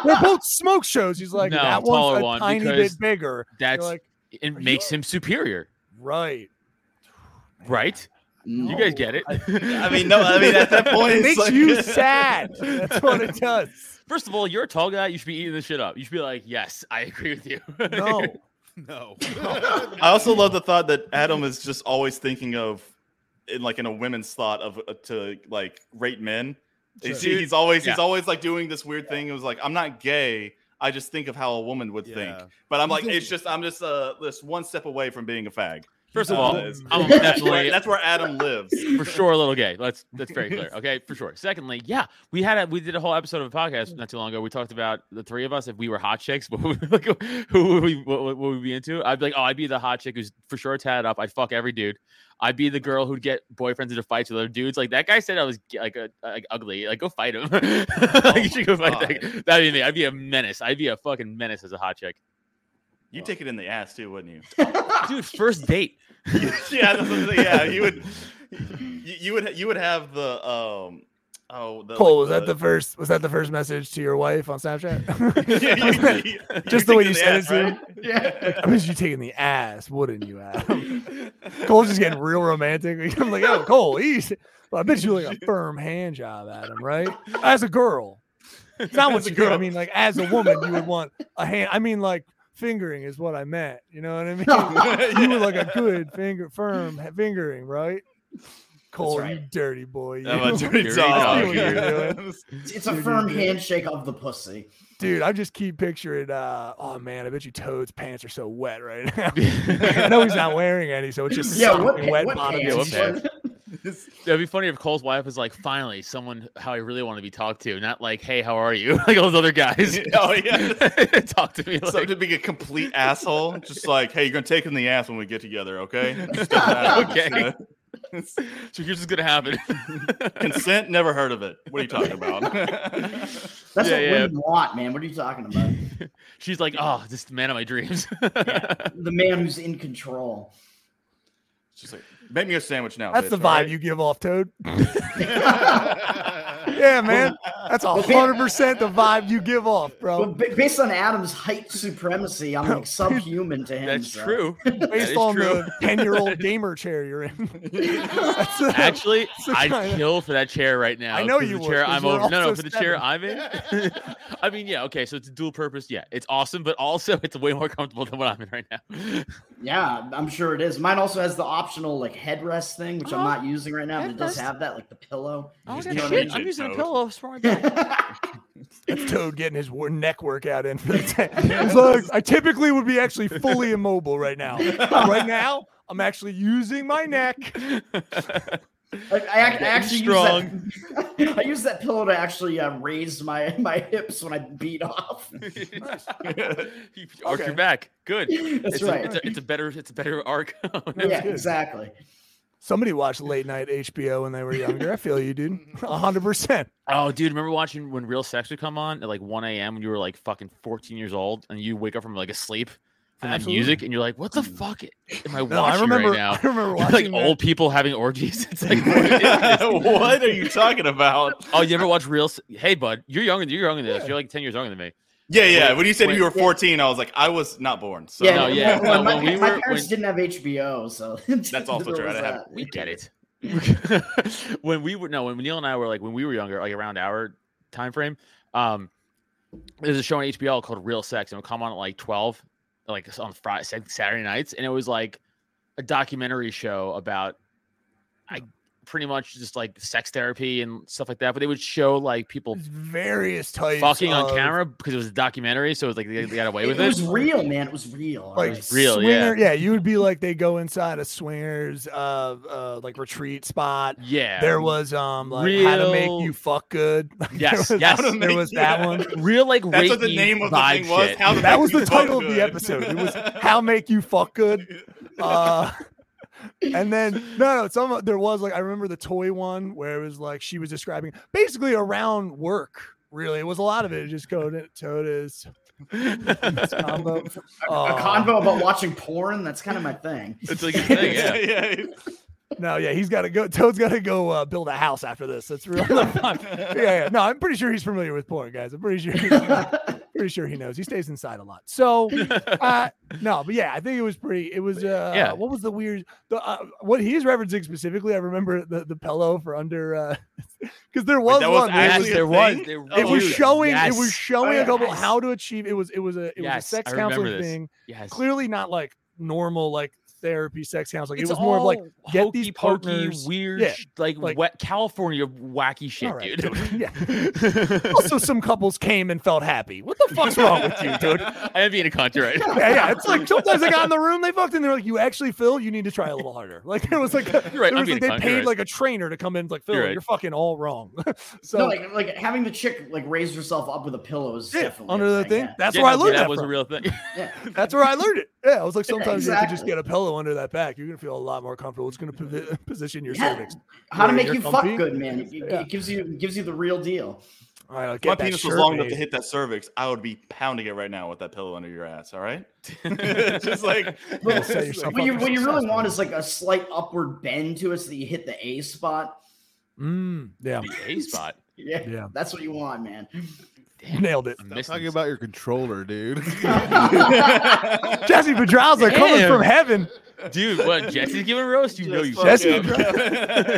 B: They're both smoke shows. He's like,
C: No,
B: that
C: taller
B: one's a
C: one,
B: tiny
C: because
B: bit bigger. You're
C: That's
B: like,
C: it
B: "Are you
C: makes him superior,
B: right.
C: right? You guys get it.
E: I mean, no, I mean at that point,
B: It
E: it's
B: makes
E: like-
B: you sad. That's what it does.
C: First of all, you're a tall guy. You should be eating this shit up. You should be like, yes, I agree with you.
B: No.
D: No.
E: I also love the thought that Adam is just always thinking of, in like in a women's thought of uh, to like rate men. You see,
C: Dude,
E: he's always he's
C: yeah.
E: always like doing this weird thing. It was like, I'm not gay. I just think of how a woman would
D: Yeah.
E: think. But I'm like,
D: He's a-
E: it's just I'm just uh this one step away from being a fag.
C: First of
E: Uh,
C: all,
E: it's-
C: I'm
E: that's where,
C: definitely
E: that's where Adam lives.
C: for sure a little gay. Let's that's very clear. Okay, for sure. Secondly, yeah, we had a we did a whole episode of a podcast not too long ago. We talked about the three of us if we were hot chicks, what would, like, who would we what, would- what would we be into? I'd be like, oh, I'd be the hot chick who's for sure tatted up. I'd fuck every dude. I'd be the girl who'd get boyfriends into fights with other dudes. Like that guy said, I was g- like a like ugly. Like go fight him. like, you should go fight that. guy. That'd be me. I'd be a menace. I'd be a fucking menace as a hot chick,
E: You take it in the ass too, wouldn't you?
C: dude. First date.
E: yeah, that's what I'm saying. yeah. You would, you, you would, you would have the um. Oh, the,
B: Cole, was
E: like,
B: that the first? Was that the first message to your wife on Snapchat?
E: Yeah, you- you-
B: Just the way
E: take it in
B: you said it,
E: ass, right?
F: Yeah.
B: I miss you taking the ass, wouldn't you, Adam? Cole's just getting real romantic. I'm like, oh, Cole, he's. Well, I bet you like a firm hand job, Adam, right? As a girl, it's not what
E: As a
B: you girl. I
E: girl.
B: mean, like as a woman, you would want a hand. I mean, like fingering is what I meant. You know what I mean? you would like a good finger, firm ha- fingering, right? Cole, you
F: right.
B: dirty boy, you.
E: I'm a dirty
C: Dirty
E: dog.
B: dog, you.
F: It's- It's a firm handshake of the pussy.
B: dude. I just keep picturing. Uh, oh man, I bet you Toad's pants are so wet right now. I know he's not wearing any, so it's just
F: Yeah, what,
B: soaking
F: pa-
B: wet
F: what
B: bottom.
F: pants?
C: Yeah, what pants? That'd be funny if Cole's wife was like, finally, someone how I really want to be talked to, not like, hey, how are you? Like all those other guys.
E: Oh, yeah.
C: Talk to me. Like,
E: So to be a complete asshole, just like, hey, you're gonna take it in the ass when we get together, okay? Just doesn't happen.
C: Okay.
E: uh,
C: so here's what's gonna happen.
E: Consent? Never heard of it. What are you talking about?
F: That's
C: Yeah,
F: what
C: yeah.
F: women want, man. What are you talking about?
C: She's like, oh, this is the man of my dreams.
F: the man who's in control.
E: just like, make me a sandwich now.
B: That's
E: bitch,
B: the
E: all
B: vibe
E: right?
B: you give off, Toad. yeah, man. That's a hundred percent the vibe you give off,
F: Well,
B: bro.
F: ba- based on Adam's height supremacy, I'm like subhuman to him.
C: That's
F: so.
C: true. That
B: Based
C: is
B: on
C: true.
B: the ten-year-old gamer chair you're in. That's the-
C: Actually,
B: the
C: I'd
B: kinda-
C: kill for that chair right now.
B: I know
C: 'cause
B: you
C: the
B: would,
C: chair
B: 'cause
C: I'm
B: you're
C: over. No, no,
B: also
C: for the chair
B: seven.
C: I'm in. I mean, yeah, okay. So it's a dual purpose. Yeah, it's awesome, but also it's way more comfortable than what I'm in right now.
F: Yeah, I'm sure it is. Mine also has the optional like headrest thing, which I'm not using right now, but it does
C: headrest.
F: have that, like the pillow.
C: Oh,
E: just
C: I got
E: can't
C: shit.
E: reach
C: I'm
E: it,
C: using a
E: Toad.
C: pillow. What's wrong with that?
F: yeah,
B: That's Toad getting his wor- neck workout in for the day. It's like, I typically would be actually fully immobile right now. Right now, I'm actually using my neck.
F: I, I, ac- I
C: Getting
F: actually
C: strong.
F: Use that, I use that pillow to actually uh, raise my my hips when I beat off.
C: you arc
B: Okay.
C: your back. Good.
F: That's
C: it's
F: right.
C: A, it's, a, it's a better. It's a better arc.
F: yeah,
B: good.
F: exactly.
B: Somebody watched late night HBO when they were younger. I feel you, dude. hundred percent.
C: oh, dude, remember watching when Real Sex would come on at like 1 a.m. when you were like fucking 14 years old and you wake up from like a sleep from that
B: Absolutely. Mm.
C: music and you're like, what the fuck am I
B: No, I
C: watching
B: remember.
C: right now?
B: I remember
C: like
B: watching that.
C: old people having orgies. It's like, what is this?
E: what are you talking about?
C: oh, you ever watch Real? Se- Hey, bud, you're younger. You're younger than us. You're like 10 years younger than me.
E: Yeah, yeah. When you said
C: Wait,
E: you were
F: yeah.
E: 14, I was like, I was not born. So
C: No,
F: when-
C: yeah,
F: when
C: no,
F: my,
C: when we
F: my
C: were-
F: parents
C: when-
F: didn't have HBO, so that's
E: also true, I didn't have-
C: We get it. when we were no, when Neil and I were like when we were younger, like around our time frame, um, there's a show on HBO called Real Sex, and it would come on at like 12, like on Friday, Saturday nights, and it was like a documentary show about, I pretty much just like sex therapy and stuff like that. But they would show like people
B: various types
C: fucking on
B: of,
C: camera because it was a documentary, so it was like they, they got away
F: It,
C: with
F: was
C: it.
F: real, man. It was real.
B: like
F: Alright.
C: real, yeah.
B: swinger- yeah. you would be like they go inside a swingers uh, uh like retreat spot.
C: Yeah,
B: There was um like how to make you
C: Real-
B: fuck good.
C: Yes,
B: there was,
C: yes.
E: How to
B: there
E: make-
B: was that one.
C: real like
E: That's what
C: rapey
E: the name of the
C: vibe
E: thing was.
C: shit.
E: How to
B: That
E: make
B: was
E: you
B: the
E: look
B: title of the
E: good.
B: episode. It was how make you fuck good. Uh, and then no, no, some there was like I remember the toy one where it was like she was describing basically around work. Really, it was a lot of it. Just go to totas. combo.
F: a
B: Uh,
F: convo about watching porn. That's kind of my thing.
C: It's like a thing, yeah.
B: No, yeah, he's got to go. Toad's got to go uh, build a house after this. That's real. yeah, yeah. No, I'm pretty sure he's familiar with porn, guys. I'm pretty sure. pretty sure he knows. He stays inside a lot. So, uh, no, but yeah, I think it was pretty. It was. Uh,
C: Yeah.
B: What was the weird? The uh, what he's referencing specifically? I remember the the pillow for under because there was
E: that was
B: one. where it was,
E: actually a
C: there was.
E: thing?
C: There
B: it was
C: dude,
B: showing.
C: yes, Oh,
B: It was showing a couple
F: yes.
B: how to achieve. It was. It was a. It was a
C: Yes,
B: sex
C: I remember
B: counseling
C: this.
B: thing.
C: yes.
B: Clearly not like normal like therapy sex counseling.
C: It's
B: it was more of like
C: all
B: get these
C: hokey pokey,
B: partners-
C: weird,
B: yeah,
C: sh- like,
B: like-
C: wet California wacky shit,
B: All right,
C: dude.
B: dude. Yeah. also, some couples came and felt happy. What the fuck's wrong with you, dude?
C: I am being a cunt, you're right?
B: Yeah, yeah. It's like sometimes I got in the room, they fucked, and they're like, "You actually, Phil, you need to try a little harder." Like it was like a-
C: You're right,
B: it
C: I'm
B: was like
C: being
B: they
C: a cunt, you're
B: paid
C: right.
B: like a trainer to come in, like Phil,
C: You're
B: you're,
C: right.
B: fucking all wrong. so
F: no, like like having the chick like raise herself up with a pillow is
B: yeah,
F: definitely
B: under
F: a
B: the thing,
F: yeah.
B: that's
C: Yeah,
B: where I
C: no, dude,
B: learned
C: that
B: that.
C: was
B: from.
C: a real thing.
F: Yeah.
B: That's where I learned it. Yeah, I was like, sometimes you can just
F: Exactly.
B: get a pillow under that back. You're gonna feel a lot more comfortable. It's gonna posi- position your
F: Yeah.
B: cervix.
F: How to
B: Where
F: make
B: you're
F: you
B: comfy.
F: fuck good, man. It, it-
B: Yeah.
F: it gives you it gives you the real deal.
B: All right, I'll
E: If my
B: get that
E: penis was
B: shirt
E: long enough to
B: made.
E: hit that cervix, I would be pounding it right now with that pillow under your ass. All right, just like
F: Well,
B: set yourself
F: what
B: up
F: you
B: for
F: what you
B: success,
F: really want
B: man.
F: is like a slight upward bend to it so that you hit the A spot.
B: Mm, yeah,
C: A spot.
F: Yeah,
B: Yeah.
F: that's what you want, man.
B: nailed it.
C: I'm
D: Stop
C: missing
D: talking
C: something.
D: about your controller, dude.
B: Jesse Pedraza coming
C: Mm. Damn.
B: from heaven.
C: dude. What Jesse's giving roast? You know you.
E: Just
B: Jesse,
E: fuck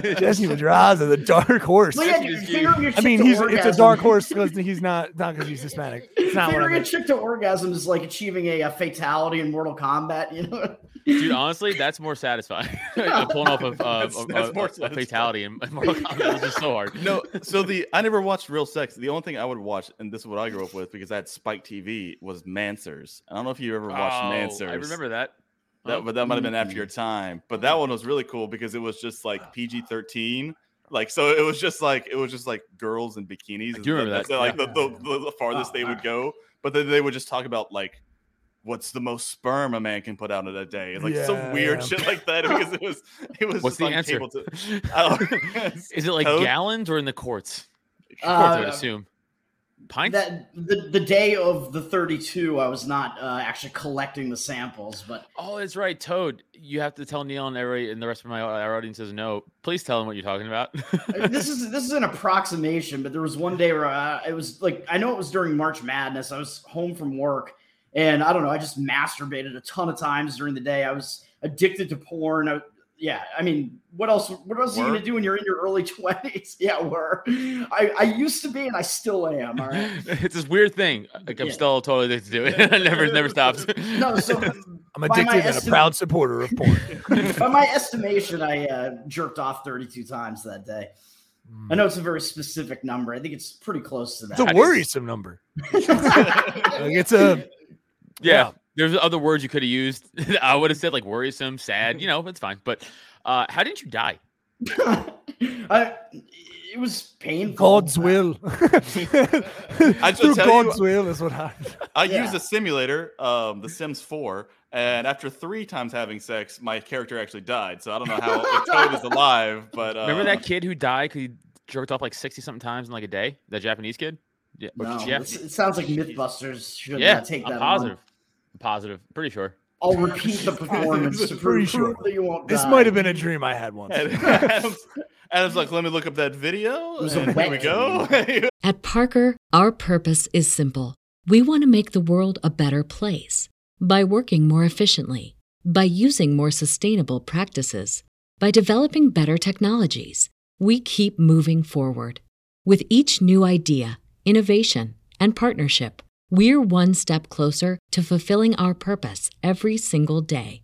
E: up.
B: Jesse Pedraza, the dark horse.
F: Well, yeah, dude, figuring your
B: I
F: chick
B: mean,
F: to
B: he's it's a
F: orgasm-
B: dark horse because he's not not because he's Hispanic. It's not what I
F: Figuring a
B: meant.
F: chick to orgasm is like achieving a, uh fatality in Mortal Kombat. You know,
C: Dude, honestly, that's more satisfying. I'm pulling off of uh,
E: That's-
C: a,
E: that's
C: a-
E: more
C: a fatality and Mortal Kombat was just so hard.
E: no, so the I never watched Real Sex. The only thing I would watch, and this is what I grew up with because I had Spike TV, was Mansers. I don't know if you ever watched
C: Oh,
E: Mansers.
C: I remember that.
E: that, but that might have been after
C: Mm-hmm.
E: your time. But that one was really cool because it was just
C: Ah.
E: like PG thirteen. Like so, it was just like it was just like girls in
C: I
E: bikinis. and
C: do remember
E: that's
C: that,
E: Like the, the, the, the farthest they would go, but then they would just talk about like what's the most sperm a man can put out in a day, and, like
B: Yeah,
E: some weird
B: yeah.
E: shit like that. Because it was it was
C: What's
E: just
C: the
E: on
C: answer?
E: cable to- oh, I don't-
C: Is it like
E: Code?
C: gallons or in the quarts? Quarts, I would
F: uh,
C: assume. Pints.
F: that the, the day of the 32, I was not uh, actually collecting the samples, but
C: Oh, that's right, Toad. You have to tell Neil and every and the rest of my our audience says no. Please tell them what you're talking about.
F: Uh, this is this is an approximation, but there was one day where I, it was like I know it was during March Madness. I was home from work, and I don't know. I just masturbated a ton of times during the day. I was addicted to porn. I, yeah, I mean, what else? What else are you
E: Were?
F: gonna do when you're in your early twenties? Yeah, we're. I, I used to be, and I still am. All right.
C: it's this weird thing. Like I'm
F: Yeah.
C: still totally addicted to it. it never never stops.
F: No, so
B: I'm
F: by my
B: addicted and a
F: estimate-
B: proud supporter of porn.
F: by my estimation, I uh, jerked off 32 times that day. I know it's a very specific number. I think it's pretty close to that.
B: It's a worrisome number. Like, it's a
C: yeah. There's other words you could have used. I would have said like worrisome, sad. You know, it's fine. But uh, how didn't you die?
F: I, it was painful.
B: God's will.
E: I
B: Through
E: should tell you-
B: God's will is what happened.
E: I
F: Yeah.
E: used a simulator, um, The Sims 4, and after three times having sex, my character actually died. So I don't know how the code is alive, but uh,
C: Remember that kid who died because he jerked off like 60 something times in like a day? That Japanese kid? Yeah. or
F: No,
C: Jap-
F: this- it sounds like MythBusters should
C: yeah.
F: not take
C: I'm
F: that. on.
C: positive. I'm positive. Pretty sure.
F: I'll repeat the performance to prove,
B: Pretty sure.
F: prove that you won't.
B: This
F: die.
B: might have been a dream I had once.
E: And Adam's, Adam's like, let me look up that video.
F: It was a
E: and here we
F: wet
E: go.
G: At Parker, our purpose is simple. We want to make the world a better place by working more efficiently, by using more sustainable practices, by developing better technologies. We keep moving forward. With each new idea, innovation, and partnership, we're one step closer to fulfilling our purpose every single day.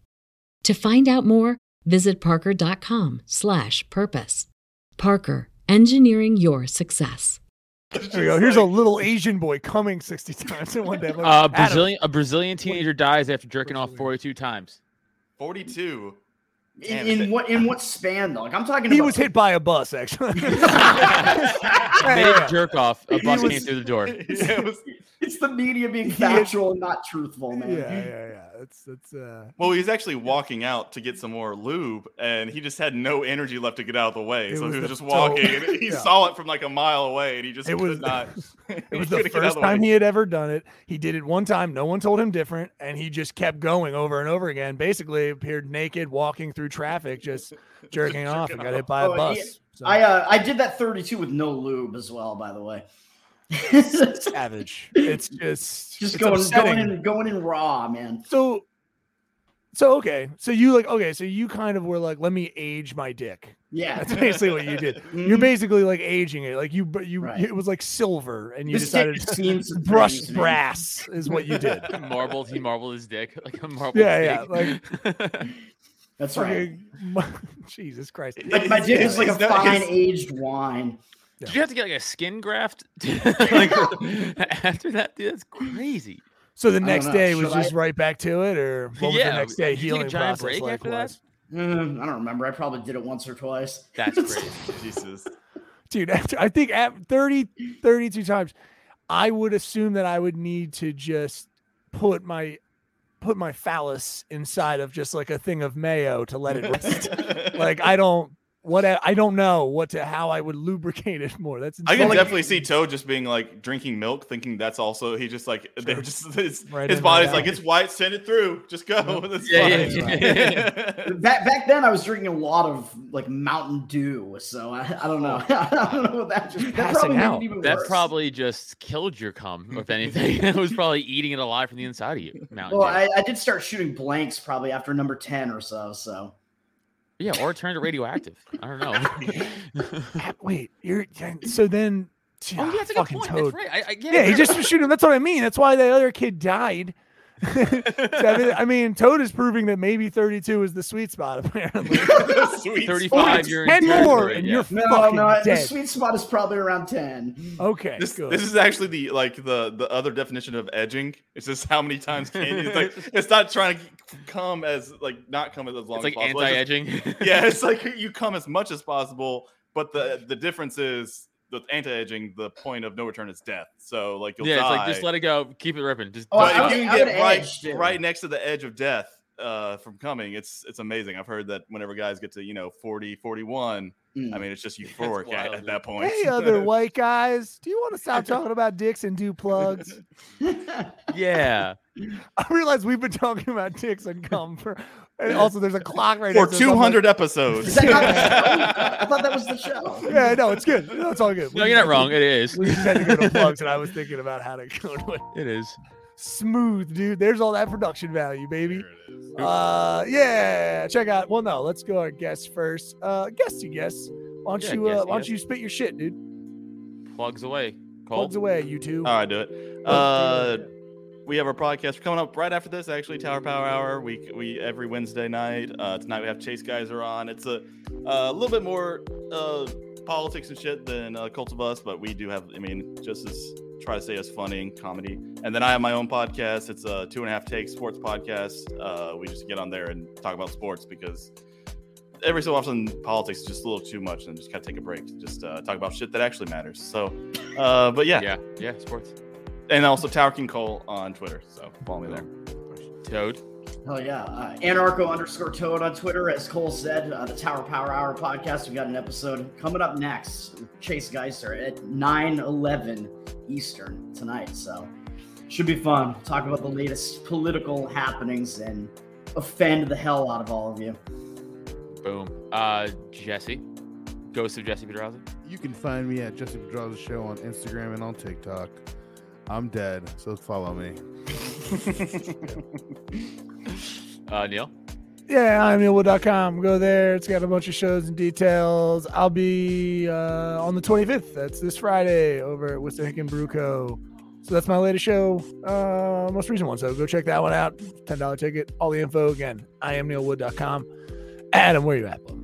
G: To find out more, visit parker.com/purpose. Parker, engineering your success.
B: There we go. Here's a little Asian boy coming 60 times in one day. Look,
C: Uh,
B: Adam,
C: Brazilian, a Brazilian teenager dies after jerking off 42 times.
E: 42.
F: In, in what in what span though? Like I'm talking.
B: He
F: about,
B: was hit by a bus, actually.
C: Mid
B: Yeah.
C: jerk off, a
F: He
C: bus came
F: was-
C: through the door.
E: Yeah, it was-
F: It's the media being
B: He is-
F: factual and not truthful,
B: yeah,
F: man.
B: yeah, yeah. That's that's uh
E: well, he's actually walking out to get some more lube, and he just had no energy left to get out of the way.
B: It
E: so
B: was
E: he
B: the-
E: was just walking.
B: so-
E: and he
B: yeah.
E: saw it from like a mile away, and he just
B: It was-
E: could not.
B: it
E: he
B: was the
E: couldn't get out of
B: first
E: way.
B: time he had ever done it. He did it one time, no one told him different, and he just kept going over and over again. Basically appeared naked, walking through traffic, just jerking off and got hit by a
F: Oh,
B: bus.
F: yeah.
B: So,
F: I uh, I did that 32 with no lube as well. By the way, just
B: savage. It's just it's
F: going
B: upsetting.
F: going in going in raw, man.
B: So, so okay. So you like okay. So you kind of were like, let me age my dick.
F: Yeah,
B: That's basically what you did.
F: Mhm.
B: You're basically like aging it. Like you, but you,
F: Right.
B: it was like silver, and you
F: This
B: decided
F: dick has
B: to
F: seen some
B: brush
F: things, man.
B: brass is what you did.
C: Marbled, he marbled his dick like a marble.
B: Yeah,
C: yeah. Like,
F: That's right.
B: Fucking- Jesus Christ.
F: My, my dick is like a
E: It's not-
F: fine
E: it's-
F: aged wine.
C: Did you have to get like a skin graft like, after that? Dude, that's crazy.
B: So the
F: don't
B: next
F: know.
B: day was
F: Should I-
B: just right back to it, or what was
C: Yeah,
B: the next day
C: did you take a
B: healing
C: giant
B: process
C: break after that?
B: likewise?
F: Mm, I don't remember. I probably did it once or twice.
C: That's crazy.
E: Jesus.
B: dude after i think at 30 32 times i would assume that i would need to just put my put my phallus inside of just like a thing of mayo to let it rest like i don't what I, I don't know what to how i would lubricate it more that's
E: I can
B: insane. Like,
E: definitely see Toad just being like drinking milk, thinking that's also he just like they're just his,
B: Right
E: his
B: in, right
E: body's like
B: out.
E: it's white, send it through, just go. That's
C: Yeah,
E: fine.
C: yeah,
F: Back back then, I was drinking a lot of like Mountain Dew, so I, I don't know. I don't know what that just that
B: Passing
F: probably made
B: out.
F: it even
C: That
F: worse.
C: probably just killed your cum, if anything. it was probably eating it alive from the inside of you. Mountain
F: Well,
C: Dew.
F: I, I did start shooting blanks probably after number ten or so. So
C: Yeah, or turned it radioactive. I don't know.
B: ah, wait you're and so then
C: Oh, yeah, that's a good
B: fucking
C: point.
B: toad
C: That's right. I, I, yeah,
B: yeah he
C: you're
B: just
C: right.
B: was shooting that's what i mean that's why the other kid died So, I, mean, I mean toad is proving that maybe 32 is the sweet spot apparently
E: Sweet.
C: 35 years.
B: 10 more and you're
F: no,
B: fucking
F: no, the
B: dead Oh.
F: sweet spot is probably around ten.
B: Okay,
E: This,
B: good.
E: this is actually the like the the other definition of edging. It's just how many times can you? It's like it's not trying to come as like not come as long
C: It's
E: as
C: like
E: possible. It's just-
C: anti-edging.
E: yeah, it's like you come as much as possible, but the the difference is with anti-edging, the point of no return is death. So like you'll
C: yeah, it's
E: die.
C: like just let it go, keep it ripping. Just
F: Oh,
E: But
F: I
E: if
F: would-
E: you
F: I
E: can
F: would
E: get right,
F: edge, too.
E: right next to the edge of death uh, from coming, it's it's amazing. I've heard that whenever guys get to you know 40, 41,
F: Mm.
E: I mean, it's just
C: wild,
E: euphoric at, at
C: dude.
E: that point.
B: Hey, other white guys, do you want to stop talking about dicks and do plugs?
C: yeah.
B: I realize we've been talking about dicks and cum for, and also there's a clock right
E: for
B: next to us. I'm
E: two
B: like,
E: hundred episodes.
F: Is that not the show? I thought that was the show.
B: Yeah, no, it's good. No, it's all good.
C: No, you're not wrong. It is.
B: We just had to go to plugs, and I was thinking about how to go to it.
C: It is.
B: Smooth, dude. There's all that production value, baby. Uh, yeah. Check out. Well, no, let's go our guest first. Uh, guess you guess. Why don't
C: Yeah,
B: you? Uh, why
C: guess you
B: don't
C: guess.
B: you spit your shit, dude?
C: Plugs away.
B: Plugs
C: Cold.
B: away, you two.
E: All right, do it. Uh, we have our podcast coming up right after this. Actually, Tower Power Hour. We we every Wednesday night. Uh, tonight we have Chase Geyser on. It's a uh, a little bit more uh, politics and shit than uh, Cult of Us, but we do have. I mean, just as try to say as funny and comedy. And then I have my own podcast. It's a two and a half take sports podcast. Uh, we just get on there and talk about sports because every so often politics is just a little too much, and just gotta take a break. Just uh, talk about shit that actually matters. So, uh, but yeah.
C: Yeah. Yeah. Sports.
E: and also Tower King Cole on Twitter. So follow me there.
C: Toad.
F: Hell yeah. Uh, anarcho underscore toad on Twitter. As Cole said, uh, the Tower Power Hour podcast. We got an episode coming up next with Chase Geiser at 9 11 Eastern tonight. So should be fun. Talk about the latest political happenings and offend the hell out of all of you.
C: Boom. Uh, Jesse. Ghost of Jesse Pedraza.
D: You can find me at Jesse Pedraza Show on Instagram and on TikTok. I'm dead, so follow me.
C: Uh, Neil.
B: Yeah, I'm Neilwood.com. Go there. It's got a bunch of shows and details. I'll be uh, on the 25th. That's this Friday over at Wissahickon Brew Co. So that's my latest show, uh, most recent one. So go check that one out. $10 ticket. All the info again. I am neilwood.com. Adam, where you at, bud?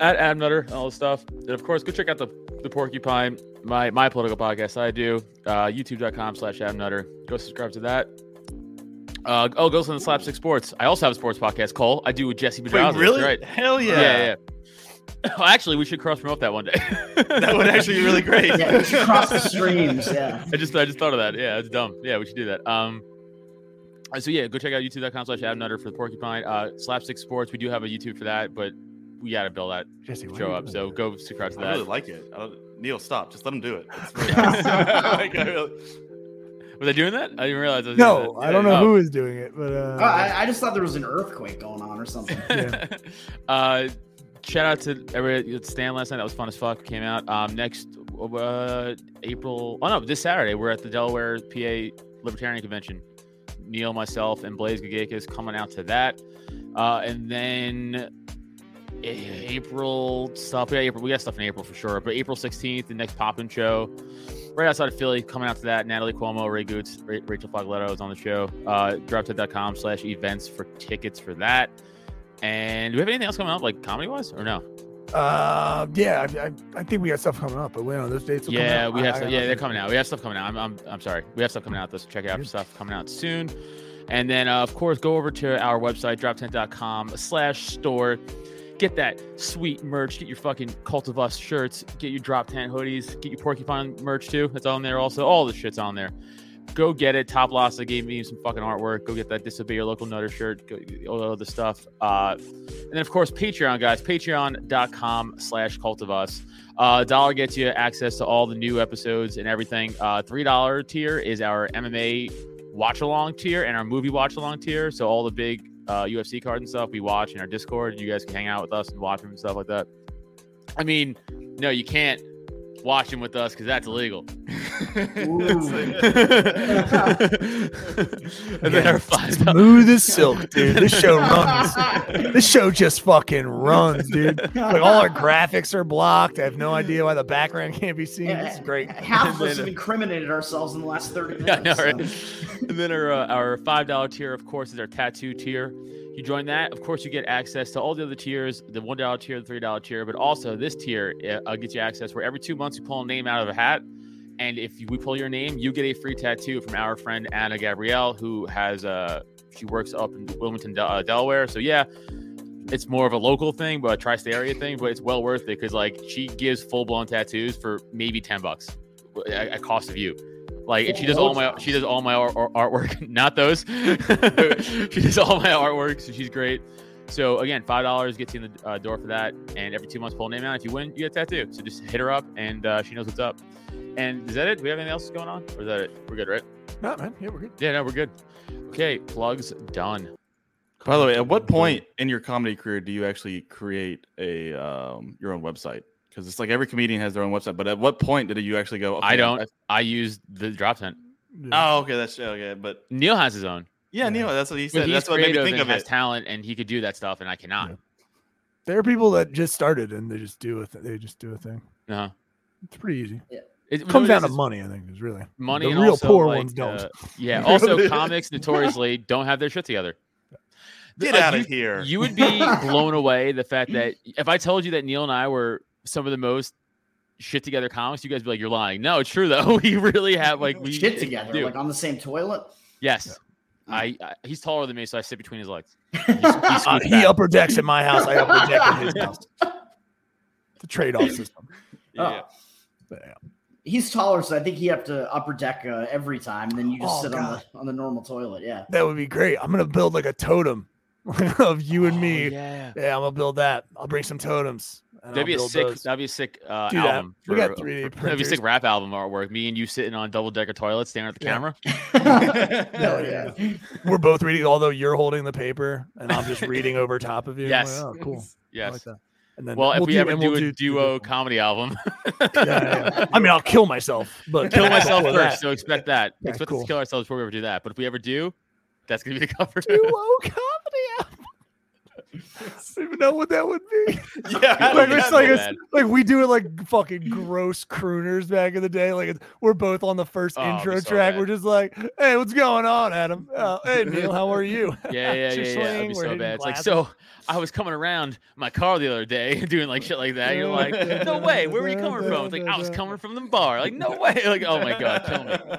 C: at Adam Nutter and all this stuff. And of course, go check out the, the Porcupine, my my political podcast I do, uh, youtube.com slash Adam Nutter. Go subscribe to that. Uh, oh, go listen to Slapstick Sports. I also have a sports podcast, Cole. I do with Jesse Pedraza. That's right.
E: Hell yeah!
C: Yeah, yeah. Well, actually, we should cross promote that one day.
E: That would actually be really great.
F: Yeah, we should cross the streams. Yeah.
C: I just I just thought of that. Yeah, it's dumb. Yeah, we should do that. Um uh, so yeah, go check out youtube.com slash Adam Nutter for the porcupine. Uh slapstick sports. We do have a YouTube for that, but we gotta build that
B: Jesse, what are
C: show
B: you
C: up.
B: doing?
C: So go subscribe to
E: I
C: that.
E: really like it. I don't- Neil, stop. Just let him do it. It's really nice. Like, I really-
C: Were they doing that? I didn't realize. I was
B: No,
C: doing that.
B: I don't know
C: Oh.
B: who is doing it, but
F: Oh,
B: uh,
F: I, I just thought there was an earthquake going on or something.
B: Yeah.
C: uh, shout out to everybody at Stan last night. That was fun as fuck. Came out um, next uh, April. Oh no, this Saturday we're at the Delaware PA Libertarian Convention. Neil, myself, and Blaze Gagakis coming out to that, uh, and then A- April stuff. Yeah, April. We got stuff in April for sure. But April sixteenth, the next Poppin' show, right outside of Philly, coming out to that. Natalie Cuomo, Ray Goots, Ra- Rachel Fogletto is on the show. Uh, dropted.com slash events for tickets for that. And do we have anything else coming up, like comedy wise, or no?
B: uh, yeah, I, I, I think we got stuff coming up, but we don't know those dates. will come
C: yeah,
B: out.
C: we
B: I-
C: have.
B: I
C: Stuff,
B: don't
C: yeah,
B: know.
C: they're coming out. We have stuff coming out. I'm, I'm, I'm sorry. We have stuff coming out. Let's check out stuff coming out soon. And then, uh, of course, go over to our website, droptent.com slash store. Get that sweet merch. Get your fucking Cult of Us shirts. Get your Drop Tent hoodies. Get your Porcupine merch, too. That's on there also. All the shit's on there. Go get it. Top Lassa gave me some fucking artwork. Go get that Disobey Your Local Nutter shirt. Go, all the other stuff. Uh, and then, of course, Patreon, guys. Patreon.com slash Cult of Us. Uh, dollar gets you access to all the new episodes and everything. Uh, Three dollar tier is our MMA watch along tier and our movie watch along tier. So all the big uh, UFC cards and stuff we watch in our Discord, and you guys can hang out with us and watch them and stuff like that. I mean, no, you can't watch them with us because that's illegal. and then our five dollar-
B: Smooth as silk, dude. This show runs. this show just fucking runs, dude. Like all our graphics are blocked. I have no idea why the background can't be seen. It's great.
F: Half of us have incriminated ourselves in the last 30
C: Yeah, I
F: minutes.
C: know, right?
F: so.
C: and then our uh, our five dollar tier, of course, is our tattoo tier. You join that, of course, you get access to all the other tiers: the one dollar tier, the three dollar tier, but also this tier uh, uh, gets you access where every two months you pull a name out of a hat, and if you- we pull your name, you get a free tattoo from our friend Anna Gabrielle, who has uh she works up in Wilmington, Del- uh, Delaware. So yeah. It's more of a local thing, but a tri-state area thing, but it's well worth it because like she gives full-blown tattoos for maybe ten bucks, at, at cost of you. Like and she does all my she does all my ar- ar- artwork, not those. she does all my artwork, so she's great. So again, five dollars gets you in the uh, door for that, and every two months pull a name out. If you win, you get a tattoo. So just hit her up, and uh, she knows what's up. And is that it? Do we have anything else going on, or is that it? We're good, right?
B: No, man. Yeah, we're good.
C: Yeah, no, we're good. Okay, plugs done.
E: By the way, at what point in your comedy career do you actually create a um, your own website? Because it's like every comedian has their own website, but at what point did you actually go?
C: I don't. I use the drop tent.
B: Yeah.
E: Oh, okay, that's okay, but
C: Neil has his own.
E: yeah,
B: Yeah.
E: Neil, that's what he
C: But
E: said.
C: he's
E: That's what made me
C: creative
E: think
C: and
E: of
C: has
E: it.
C: talent, and he could do that stuff, and I cannot.
B: There are people that just started and they just do a th- they just do a thing.
C: Uh-huh.
B: It's pretty easy.
C: It
B: comes down
C: to
B: to money, I think, is really
C: money.
B: The
C: and
B: real
C: also,
B: poor
C: like,
B: ones don't.
C: uh, yeah. Also, comics notoriously don't have their shit together. The-
E: Get
C: like,
E: out
C: you,
E: of here!
C: You would be blown away the fact that if I told you that Neil and I were some of the most shit together comics, you guys would be like, "You're lying." No, it's true though. We really have like we
F: Shit together,
C: do.
F: like on the same toilet.
C: yes. I, I he's taller than me, so I sit between his legs.
B: Uh, he upper decks at my house. I upper deck at his house. It's a trade off system.
F: Yeah.
C: Oh.
F: He's taller, so I think you have to upper deck uh, every time, and then you just
B: Oh,
F: sit on
B: God.
F: the on the normal toilet. Yeah.
B: That would be great. I'm gonna build like a totem of you and me. Yeah.
C: Oh, yeah.
B: I'm gonna build that. I'll bring some totems. and I'll
C: That'd be a
B: build
C: sick.
B: those.
C: That'd be a sick uh,
B: Do that.
C: album.
B: We got 3D
C: that'd be a
B: printers.
C: sick rap album artwork. Me and you sitting on double decker toilets, staring at the
B: Yeah.
C: camera.
B: No, yeah. We're both reading, although you're holding the paper and I'm just reading over top of you. I'm like,
C: Yes.
B: oh, cool. I like
C: Yes.
B: that. And then
C: well, if we ever
B: and
C: do
B: we'll
C: a
B: two
C: duo
B: different-
C: comedy album,
B: Yeah, yeah, yeah. I mean, I'll kill myself, but
C: kill myself
B: before
C: first.
B: that-
C: So expect that.
B: Yeah,
C: expect us
B: cool.
C: to kill ourselves before we ever do that. But if we ever do, that's gonna be the cover.
B: duo comedy album. I don't even know what that would be.
E: Yeah, I
B: Like,
E: don't
B: it's
E: know,
B: like,
E: man.
B: it's, like we do it like fucking gross crooners back in the day. Like it's, we're both on the first
C: Oh, it'd be
B: intro
C: so
B: track.
C: bad.
B: We're just like, hey, what's going on, Adam? Uh, hey, Neil, how are you?
C: yeah, yeah, yeah,
B: You're
C: yeah. That'd
B: swaying,
C: be
B: we're
C: so
B: hitting
C: bad. It's like
B: glasses.
C: so. I was coming around my car the other day, doing like shit like that. You're like, no way. Where were you coming from? It's like I was coming from the bar. Like no way. Like oh my god, kill me,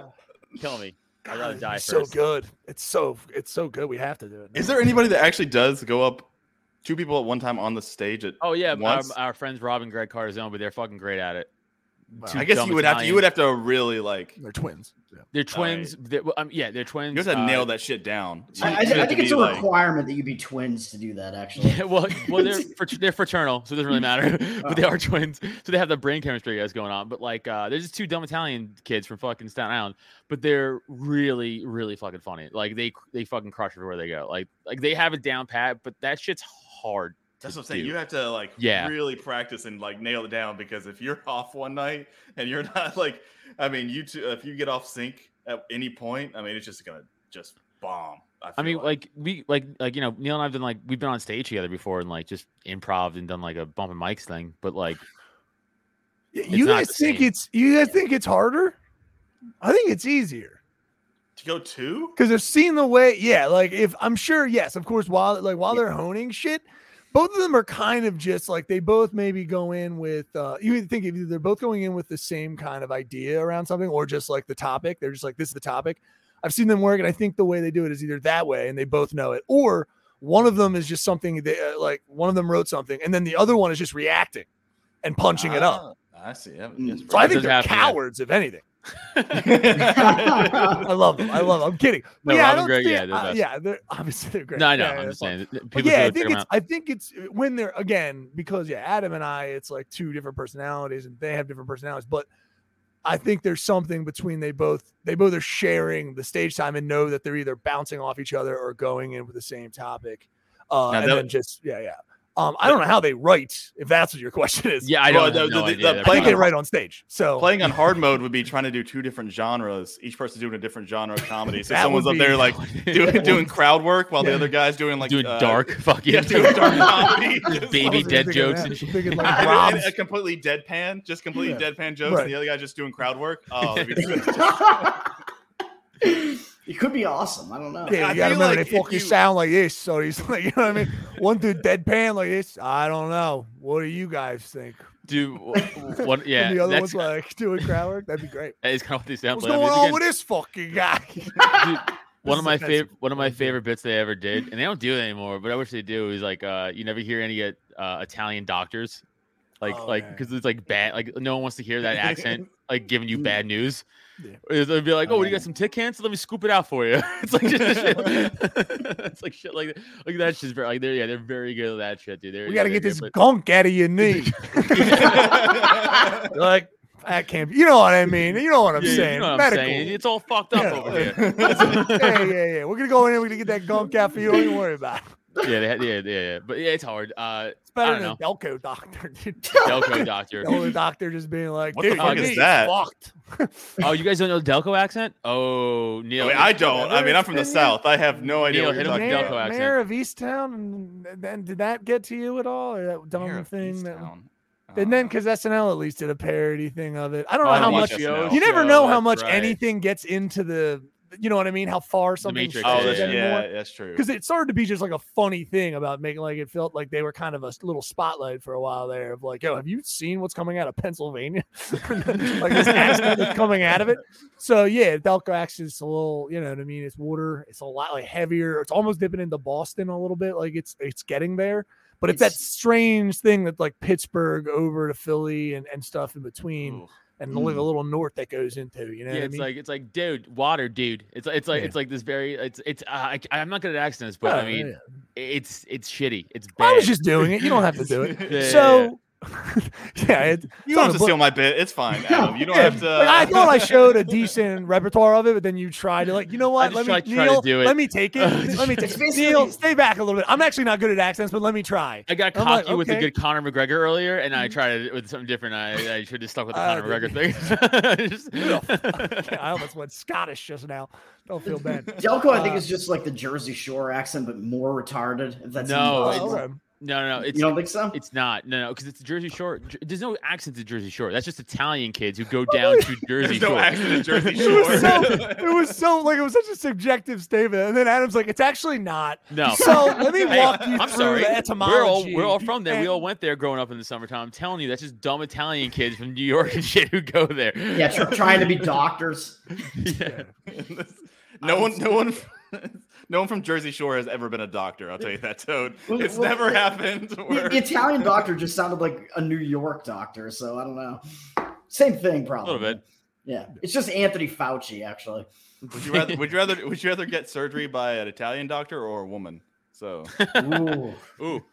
C: kill me. I'd rather
B: God,
C: die
B: it's so
C: first.
B: good. It's so it's so good. We have to do it.
E: Is there anybody that actually does go up two people at one time on the stage at?
C: Oh yeah, our,
E: once?
C: our friends Rob and Greg Cardizone, but they're fucking great at it.
B: Wow.
C: two
E: I guess
C: dumb
E: you would have to.
C: Italians.
E: You would have to really like. You
B: They're twins. Yeah.
C: They're
E: All right.
C: twins. They're, well, um, yeah, they're twins.
E: have to
C: uh,
E: nail that shit down. So
F: I,
E: you
F: I,
E: have
F: I
E: to
F: think it's
E: be,
F: a
E: like-
F: requirement that you be twins to do that. Actually,
C: Yeah, well, well, they're frat- they're fraternal, so it doesn't really matter. but they are twins, so they have the brain chemistry guys going on. But like, uh, they're just two dumb Italian kids from fucking Staten Island. But they're really, really fucking funny. Like they they fucking crush everywhere they go. Like like they have it down pat, but that shit's hard.
E: That's
C: to
E: what I'm saying.
C: do.
E: You have to like
C: Yeah.
E: really practice and like nail it down because if you're off one night and you're not like, I mean, you two, if you get off sync at any point, I mean, it's just gonna just bomb.
C: I mean,
E: feel
C: like we like like you know Neil and I've done like we've been on stage together before and like just improv and done like a bump and mics thing. But like
B: Y- You
C: not
B: guys
C: the
B: think
C: same.
B: it's you guys think it's harder? I think it's easier.
E: to go two.
B: Because I've seen the way, yeah, like if I'm sure, yes, of course, while like while they're honing shit, both of them are kind of just like they both maybe go in with uh you would think if they're both going in with the same kind of idea around something or just like the topic. They're just like, this is the topic. I've seen them work, and I think the way they do it is either that way and they both know it, or one of them is just something that uh, like one of them wrote something, and then the other one is just reacting and punching it up.
E: Ah, I see. Yeah,
F: Mm.
E: yes,
B: So I
C: It
B: think
C: does
B: they're
C: happen, yeah.
B: cowards, if anything.
E: right.
B: I love them. I love them. I'm kidding. But
C: No,
B: yeah,
C: Rob
B: I
C: and
B: don't
C: Greg,
B: see-
C: yeah, they're
B: uh,
C: best.
B: yeah, they're obviously they're great.
C: no, I know.
B: Yeah, yeah,
C: I'm
B: that's
C: just
B: fine.
C: saying. that-
B: But
C: People
B: yeah, I
C: do it, check
B: think
C: 'em
B: it's
C: out.
B: I think it's when they're again because yeah, Adam and I, it's like two different personalities and they have different personalities, but I think there's something between they both they both are sharing the stage time and know that they're either bouncing off each other or going in with the same topic. Uh
E: Now
B: and
E: that-
B: then just yeah, yeah. Um, I don't know how they write if that's what your question is.
C: yeah, I
E: Well,
C: don't have
E: the-
C: no
E: the-
C: idea.
E: the
C: They're
B: I think they
C: fucking-
B: write on stage. So
E: Playing on hard mode would be trying to do two different genres. Each person doing a different genre of comedy. So
B: That
E: someone's
B: would
E: up there
B: be-
E: like doing, doing crowd work while the
B: Yeah.
E: other guy's doing like
C: doing
E: uh,
C: dark fucking
E: Yeah, doing dark comedy. Just,
B: I
C: baby
B: wasn't
C: dead
B: thinking of
C: jokes
B: that.
C: and shit.
B: Thinking like
E: I mean,
B: Rob's
E: and a completely deadpan, just completely
B: Yeah.
E: deadpan jokes,
B: Right.
E: and the other guy just doing crowd work. Oh, that'd be sick.
F: it could be awesome. I don't know.
B: Yeah,
E: I
B: you gotta
E: feel
B: remember
E: like
B: they
E: if
B: fucking
E: you-
B: sound like this. So he's like, you know what I mean? One dude deadpan like this. I don't know. What do you guys think?
C: do what? Yeah,
B: and the other
C: that's
B: one's like doing crowd work. That'd be great.
C: that is kind of what they sound
B: What's
C: like. I
B: going
C: mean,
B: on
C: again,
B: with this fucking guy?
C: dude, one of
B: is
C: my
B: offensive.
C: favorite one of my favorite bits they ever did, and they don't do it anymore, but I wish they do. Is like uh, you never hear any uh, Italian doctors, like
B: Oh,
C: like
B: man.
C: because it's like bad, like no one wants to hear that accent, like giving you bad news.
B: Yeah.
C: It's- It'd be like, oh,
F: Oh,
C: you got some tit cancer? Let me scoop it out for you. it's like just this shit. it's like shit like that. like that's just very like they're yeah they're very good at that shit, dude. They're,
B: we gotta
C: they're
B: get this
C: good, but-
B: gunk out of your knee. like that can't be. You know what I mean? You know what I'm
C: Yeah, you
B: saying?
C: know what I'm
B: Medical.
C: saying. It's all fucked up
B: Yeah.
C: over here.
B: yeah, yeah, yeah. We're gonna go in. and We're gonna get that gunk out for you. Don't you worry about it.
C: yeah, they had, yeah, yeah, yeah. But yeah, it's hard. Uh,
B: It's better
C: don't
B: than a Delco doctor, dude.
C: Delco doctor.
B: Delco doctor just being like,
E: What the
B: dude,
E: fuck
B: your
E: is
B: knee's
E: that?
B: Fucked.
C: Oh, you guys don't know the Delco accent? Oh, Neil.
E: I mean, I don't. I mean, I'm from the south. I have no idea
C: Neil,
E: what you're
C: hit him with
E: talking
C: Delco
E: about.
C: accent.
B: mayor of Easttown, and then did that get to you at all, or that dumb
E: Mayor of
B: thing? That,
E: Easttown.
B: and then
E: Uh,
B: because SNL at least did a parody thing of it. I don't
C: Oh,
B: know
C: I
B: how
E: watch
B: much.
E: SNL.
B: You never know how
C: that's
B: much
C: right.
B: anything gets into the you know what I mean? How far something
C: Matrix,
E: Oh,
B: stretches
E: that's,
C: Yeah.
B: anymore.
E: yeah, that's true.
B: because it started to be just like a funny thing about making like it felt like they were kind of a little spotlight for a while there of like, yo, have you seen what's coming out of Pennsylvania? like this accident that's coming out of it. So yeah, Delco actually is a little, you know what I mean? It's water, it's a lot like heavier, it's almost dipping into Boston a little bit, like it's it's getting there. But it's, that
F: It's-
B: strange thing that like Pittsburgh over to Philly and, and stuff in between
E: Ooh.
B: and like a little north that goes into, you know what
C: Oh, mm. yeah,
B: I
C: it's
B: mean?
C: like it's like, dude, water, dude. It's like- it's like
B: Yeah.
C: it's like this very it's it's. Uh, I, I'm not good at accents, but
B: Oh,
C: I mean,
B: yeah.
C: it's it's shitty. It's bad.
B: I was just doing it. You don't have to do it.
C: Yeah, yeah, yeah.
B: So yeah, it,
E: You don't have to
B: But-
E: steal my bit. It's fine, Adam. You don't
B: Yeah,
E: have to.
B: like,
C: uh,
B: I thought I showed a decent repertoire of it, but then you tried to like, you know what?
C: just
B: Let me
C: tried to try to
B: Neil,
C: do it.
B: let me take it. let me take
F: It's
B: it.
F: basically-
B: Neil, stay back a little bit. I'm actually not good at accents, but let me try.
C: I got
B: I'm
C: cocky
B: like,
C: with the
B: okay. Mm-hmm.
C: good Conor McGregor earlier, and I tried it with something different. I, I should have stuck with the
B: Ah,
C: Conor
B: dude.
C: McGregor thing. Just-
B: I almost went Scottish just now. Don't feel bad.
F: Delco, I think,
B: Uh,
F: is just like the Jersey Shore accent, but more retarded. If that's
C: No,
F: even
C: it's-
F: possible.
B: Oh, Okay.
C: no, no, no, it's
F: you don't think so?
C: it's not. No, no, because it's Jersey Shore. Jer- There's no accent to Jersey Shore. That's just Italian kids who go down to Jersey
E: There's
C: Shore.
E: no accent in Jersey
B: It was so.
E: Shore.
B: It was so like it was such a subjective statement, and then Adam's like, "It's actually not."
C: No.
B: So let me
C: Hey,
B: walk you
C: I'm
B: through
C: sorry.
B: the
C: We're all
B: etymology.
C: we're all from there. We
B: and-
C: all went there growing up in the summertime. I'm telling you, that's just dumb Italian kids from New York and shit who go there.
F: yeah, tr- trying to be doctors.
C: Yeah.
E: no one, no one, no one from Jersey Shore has ever been a doctor. I'll tell you that, Toad.
F: Well,
E: It's
F: well,
E: never
F: the-
E: happened.
F: The,
E: where-
F: the Italian doctor just sounded like a New York doctor, so I don't know. Same thing,
C: A
F: probably.
C: little bit.
F: Yeah, it's just Anthony Fauci, actually.
E: Would you rather? Would you rather? Would you rather get surgery by an Italian doctor or a woman? So,
F: Ooh.
E: ooh,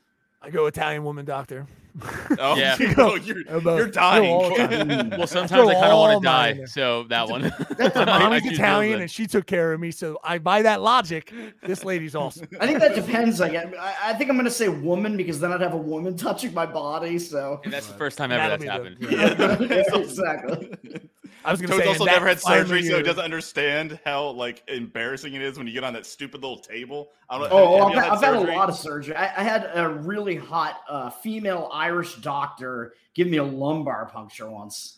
B: I go Italian woman doctor.
E: oh,
C: Yeah.
E: you know, you're,
B: How about-
E: you're
B: all
E: dying.
B: Italian.
C: Well, sometimes I kind of
B: all
C: want to
B: mine
C: die.
B: there.
C: So that one.
B: My
C: I- I
B: mom is
C: choose those
B: Italian
C: then.
B: and she took care of me, so I by that logic, this lady's awesome.
F: I think that depends. I, guess. I I think I'm going to say woman because then I'd have a woman touching my body. So
C: And that's the first time ever
B: That'll
C: that's
B: be
C: happened.
B: the-
F: Yeah, exactly.
B: I was gonna
E: Toad's
B: say
E: also
B: and that
E: never had
B: finally
E: surgery, so he
B: is-
E: doesn't understand how like embarrassing it is when you get on that stupid little table. I don't
F: Oh,
E: have
F: I've,
E: you
F: had, I've had a
E: surgery?
F: lot of surgery. I, I had a really hot uh, female Irish doctor give me a lumbar puncture once.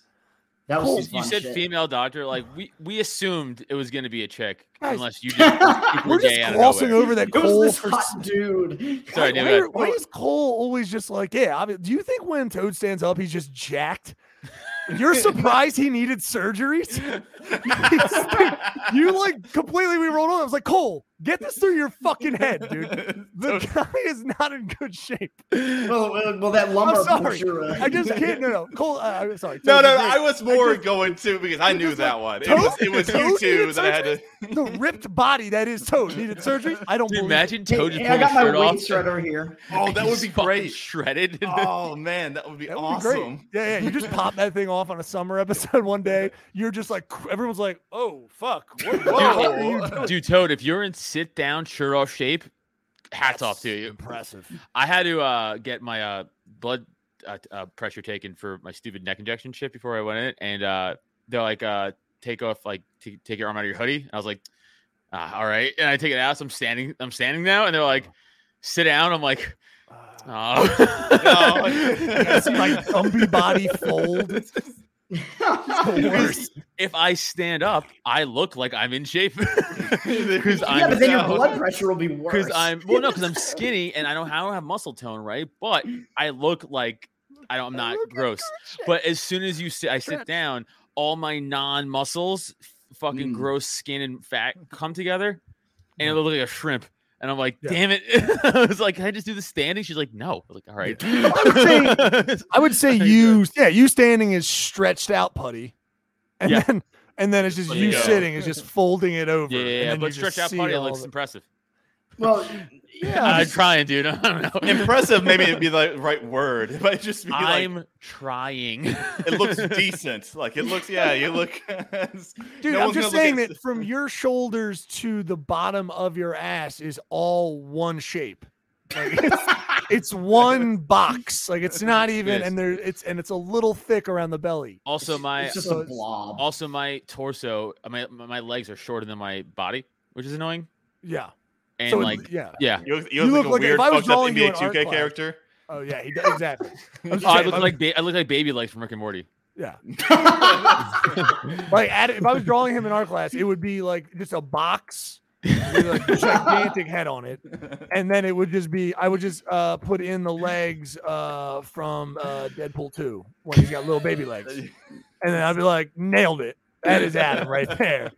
F: That was
B: Cool.
F: some
C: You
F: fun
C: said
F: shit.
C: female doctor. Like we we assumed it was gonna be a chick,
B: Guys,
C: unless you just were super
B: We're just
C: gay out of
B: glossing
C: nowhere.
B: over that
F: It
B: Cole.
F: was this
B: for-
F: hot dude.
C: Sorry,
B: why,
C: Dan,
B: why
C: go
B: are- why is Cole always just like, yeah? I mean, do you think when Toad stands up, he's just jacked? You're surprised he needed surgeries. you like completely we rolled on. I was like, Cole, get this through your fucking head, dude. The guy is not in good shape.
F: Well, uh, well, that lumbar
B: I'm sorry.
F: puncture. Uh,
B: I just can't. No, no, Cole. Uh, I'm sorry.
E: No,
B: Toad,
E: no,
B: you're
E: no,
B: great.
E: I was more
B: just-
E: going to because I knew
B: just
E: that one.
B: went,
E: It was,
B: "Toad-
E: it was
B: Toad
E: you two
B: needed
E: that I had to.
B: the ripped body that is Toad needed surgery. I don't
C: Dude,
B: believe it.
C: imagine
F: hey,
C: Toad just
F: hey, I
C: pulling his
F: got my
C: shirt off.
F: waist right over here.
E: Oh, that would
C: He's
E: be
C: fucking
E: great.
C: Shredded.
E: Oh man, that would be
B: That would be great.
E: awesome.
B: Yeah, yeah. You just pop that thing off on a summer episode one day. You're just like cr- everyone's like, "Oh fuck, what, what are you doing?"
C: Dude, Toad, if you're in sit down shirt off shape, hats off to you.
B: Impressive.
C: I had to uh, get my uh, blood uh, t- uh, pressure taken for my stupid neck injection shit before I went in, and uh, they're like, uh, "Take off, like, t- take your arm out of your hoodie." I was like, ah, "All right," and I take it out. So I'm standing, I'm standing now, and they're like, "Sit down." I'm like,
E: No.
C: "Oh."
B: That's like Gumby body fold. It's the worst.
C: if I stand up, I look like I'm in shape because
F: yeah, but then your
E: down.
F: blood pressure will be worse.
C: because I'm well, no, because I'm skinny and I don't, I don't have muscle tone, right? But I look like I don't. I'm not gross. But as soon as you sit, I sit down. All my non muscles, fucking
E: Mm.
C: gross skin and fat come together, and it look like a shrimp. And I'm like,
B: Yeah.
C: damn it! I was like, can I just do the standing? She's like, no. I was like, all right.
B: I would say
C: There
B: you,
C: you
B: yeah, you standing is stretched out putty, and
C: Yeah.
B: then and then it's just
E: Let
B: you
E: it go.
B: sitting is just folding it over.
C: yeah, yeah,
B: and
C: yeah.
B: then you
C: But
B: just
C: stretch out
B: see
C: party
B: all
C: looks
B: the-
C: impressive.
F: well,
B: Yeah,
C: I'm
B: just-
C: trying, dude. I don't know.
E: Impressive, maybe it'd be the right word. It might just be like
C: I'm trying.
E: it looks decent. Like it looks, yeah, you look.
B: Dude,
E: no
B: I'm
E: one's
B: just
E: gonna
B: saying
E: look at-
B: that from your shoulders to the bottom of your ass is all one shape. Like it's, it's one box. Like it's not even,
C: Yes.
B: and there it's and it's a little thick around the belly.
C: also, my
F: it's just
B: so
F: a
B: it's-
F: blob.
C: also my torso, uh, my my legs are shorter than my body, which is annoying.
B: Yeah.
C: And
B: so it-
C: like,
B: yeah.
C: yeah,
E: You look, you
B: You
E: look
B: look
E: like
B: like-
E: a
B: if
E: weird
B: I was
E: fucked up
B: drawing you
E: NBA
B: in art
E: 2K
B: class-
E: character.
B: Oh yeah, he does exactly. I'm just
C: Oh, I
B: saying,
C: look
B: I'm-
C: like ba- I look like Baby Legs from Rick and Morty.
B: Yeah. like add, if I was drawing him in our class, it would be like just a box with a gigantic head on it, and then it would just be I would just uh, put in the legs uh, from uh, Deadpool two when he's got little baby legs, and then I'd be like, nailed it. That is Adam right there.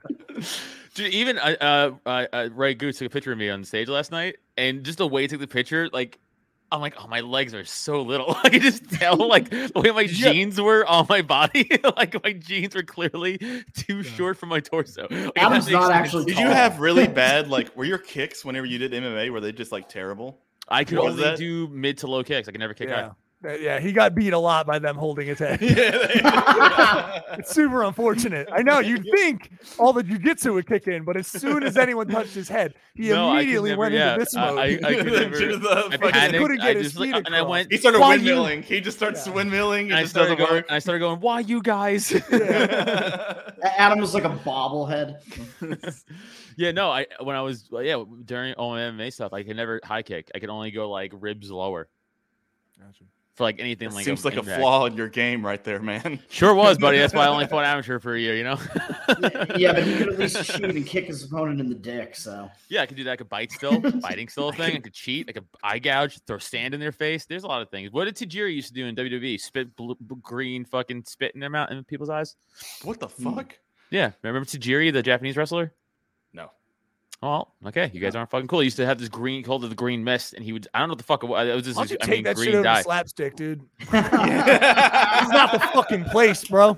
C: Dude, even uh, uh, uh, uh, Ray Goose took a picture of me on stage last night, and just the way he took the picture, like, I'm like, oh, my legs are so little. I could just tell, like, the way my
B: Yeah.
C: jeans were on my body. like, my jeans were clearly too short for my torso. Like, it
F: Adam's
C: has to
F: not
C: extend-
F: actually.
E: Did you
B: Oh.
F: tall.
E: have really bad like were your kicks whenever you did MMA were they just like terrible?
C: I could
E: What was
C: only
E: that?
C: do mid to low kicks. I could never kick
B: Yeah.
C: out.
B: Uh, Yeah, he got beat a lot by them holding his head.
E: Yeah.
B: It's super unfortunate. I know you'd think all the jujitsu would kick in, but as soon as anyone touched his head, he
C: No, I could
B: immediately
C: never-
B: went
C: yeah,
B: into this
C: I-
B: mode.
C: I- I could never-
E: Dude, the
C: I
E: fucking-
C: panicked.
B: couldn't
C: I
B: get his
C: just, like,
B: feet
C: and I
B: across.
C: went.
E: he started
C: "Why you-"
E: windmilling. He just starts windmilling. It
C: And I
E: just
C: started
E: doesn't
C: going.
E: work.
C: And I started going. Why you guys?
F: Adam was like a bobblehead.
C: yeah, no. I when I was well, yeah during all my MMA stuff, I could never high kick. I could only go like ribs lower for like anything. like
E: Seems like a
C: impact.
E: flaw in your game right there, man.
C: Sure was, buddy. That's why I only fought amateur for a year. You know.
F: yeah, but he could at least shoot and kick his opponent in the dick. So
C: Yeah, I could do that. I could bite still, biting still a thing. I could cheat. I could eye gouge, throw sand in their face. There's a lot of things. What did Tajiri used to do in WWE? Spit blue, b- green fucking spit in their mouth in people's eyes.
E: What the
B: Hmm.
E: fuck?
C: Yeah, remember Tajiri, the Japanese wrestler?
E: No.
C: Well, okay, you guys aren't fucking cool. He used to have this green, called it the green mist, and he would. I don't know what the fuck it was. It was just,
B: Why don't you
C: I
B: take
C: mean,
B: that shit
C: green
B: over to
C: dye.
B: slapstick, dude? It's
E: I
B: not the fucking place, bro.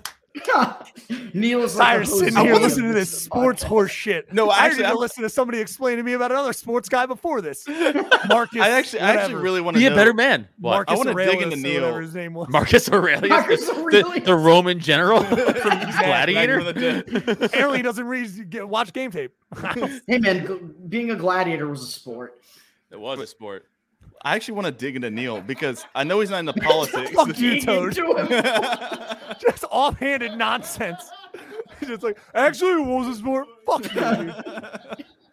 F: Neil is like
B: Tired
F: a
B: of
F: Jose
B: sitting here
F: Mourinho
B: listening to
F: of
B: this sports
F: podcast.
B: horse shit.
E: No,
B: I
E: actually,
B: didn't
E: I'm-
B: even listen to somebody explain to me about another sports guy before this. Marcus,
E: actually, I actually
B: whatever.
E: really want to
C: Be a
E: know.
C: better man. What?
B: Marcus
E: wanna dig
B: Aurelius
E: into
B: or whatever
E: Neil.
B: His name was.
C: Marcus Aurelius,
F: Marcus
C: the- The,
F: Aurelius.
C: the Roman general from Gladiator.
E: Back from the dead.
B: Apparently, he doesn't read, get, watch game tape.
F: Hey man, gl- being a gladiator was a sport.
C: It was a sport.
E: I actually want to dig into Neil because I know he's not into politics.
B: Fuck you,
F: Into
B: Toad.
F: him.
B: Just offhanded nonsense. Just like, actually, what was this sport? Fuck you, dude.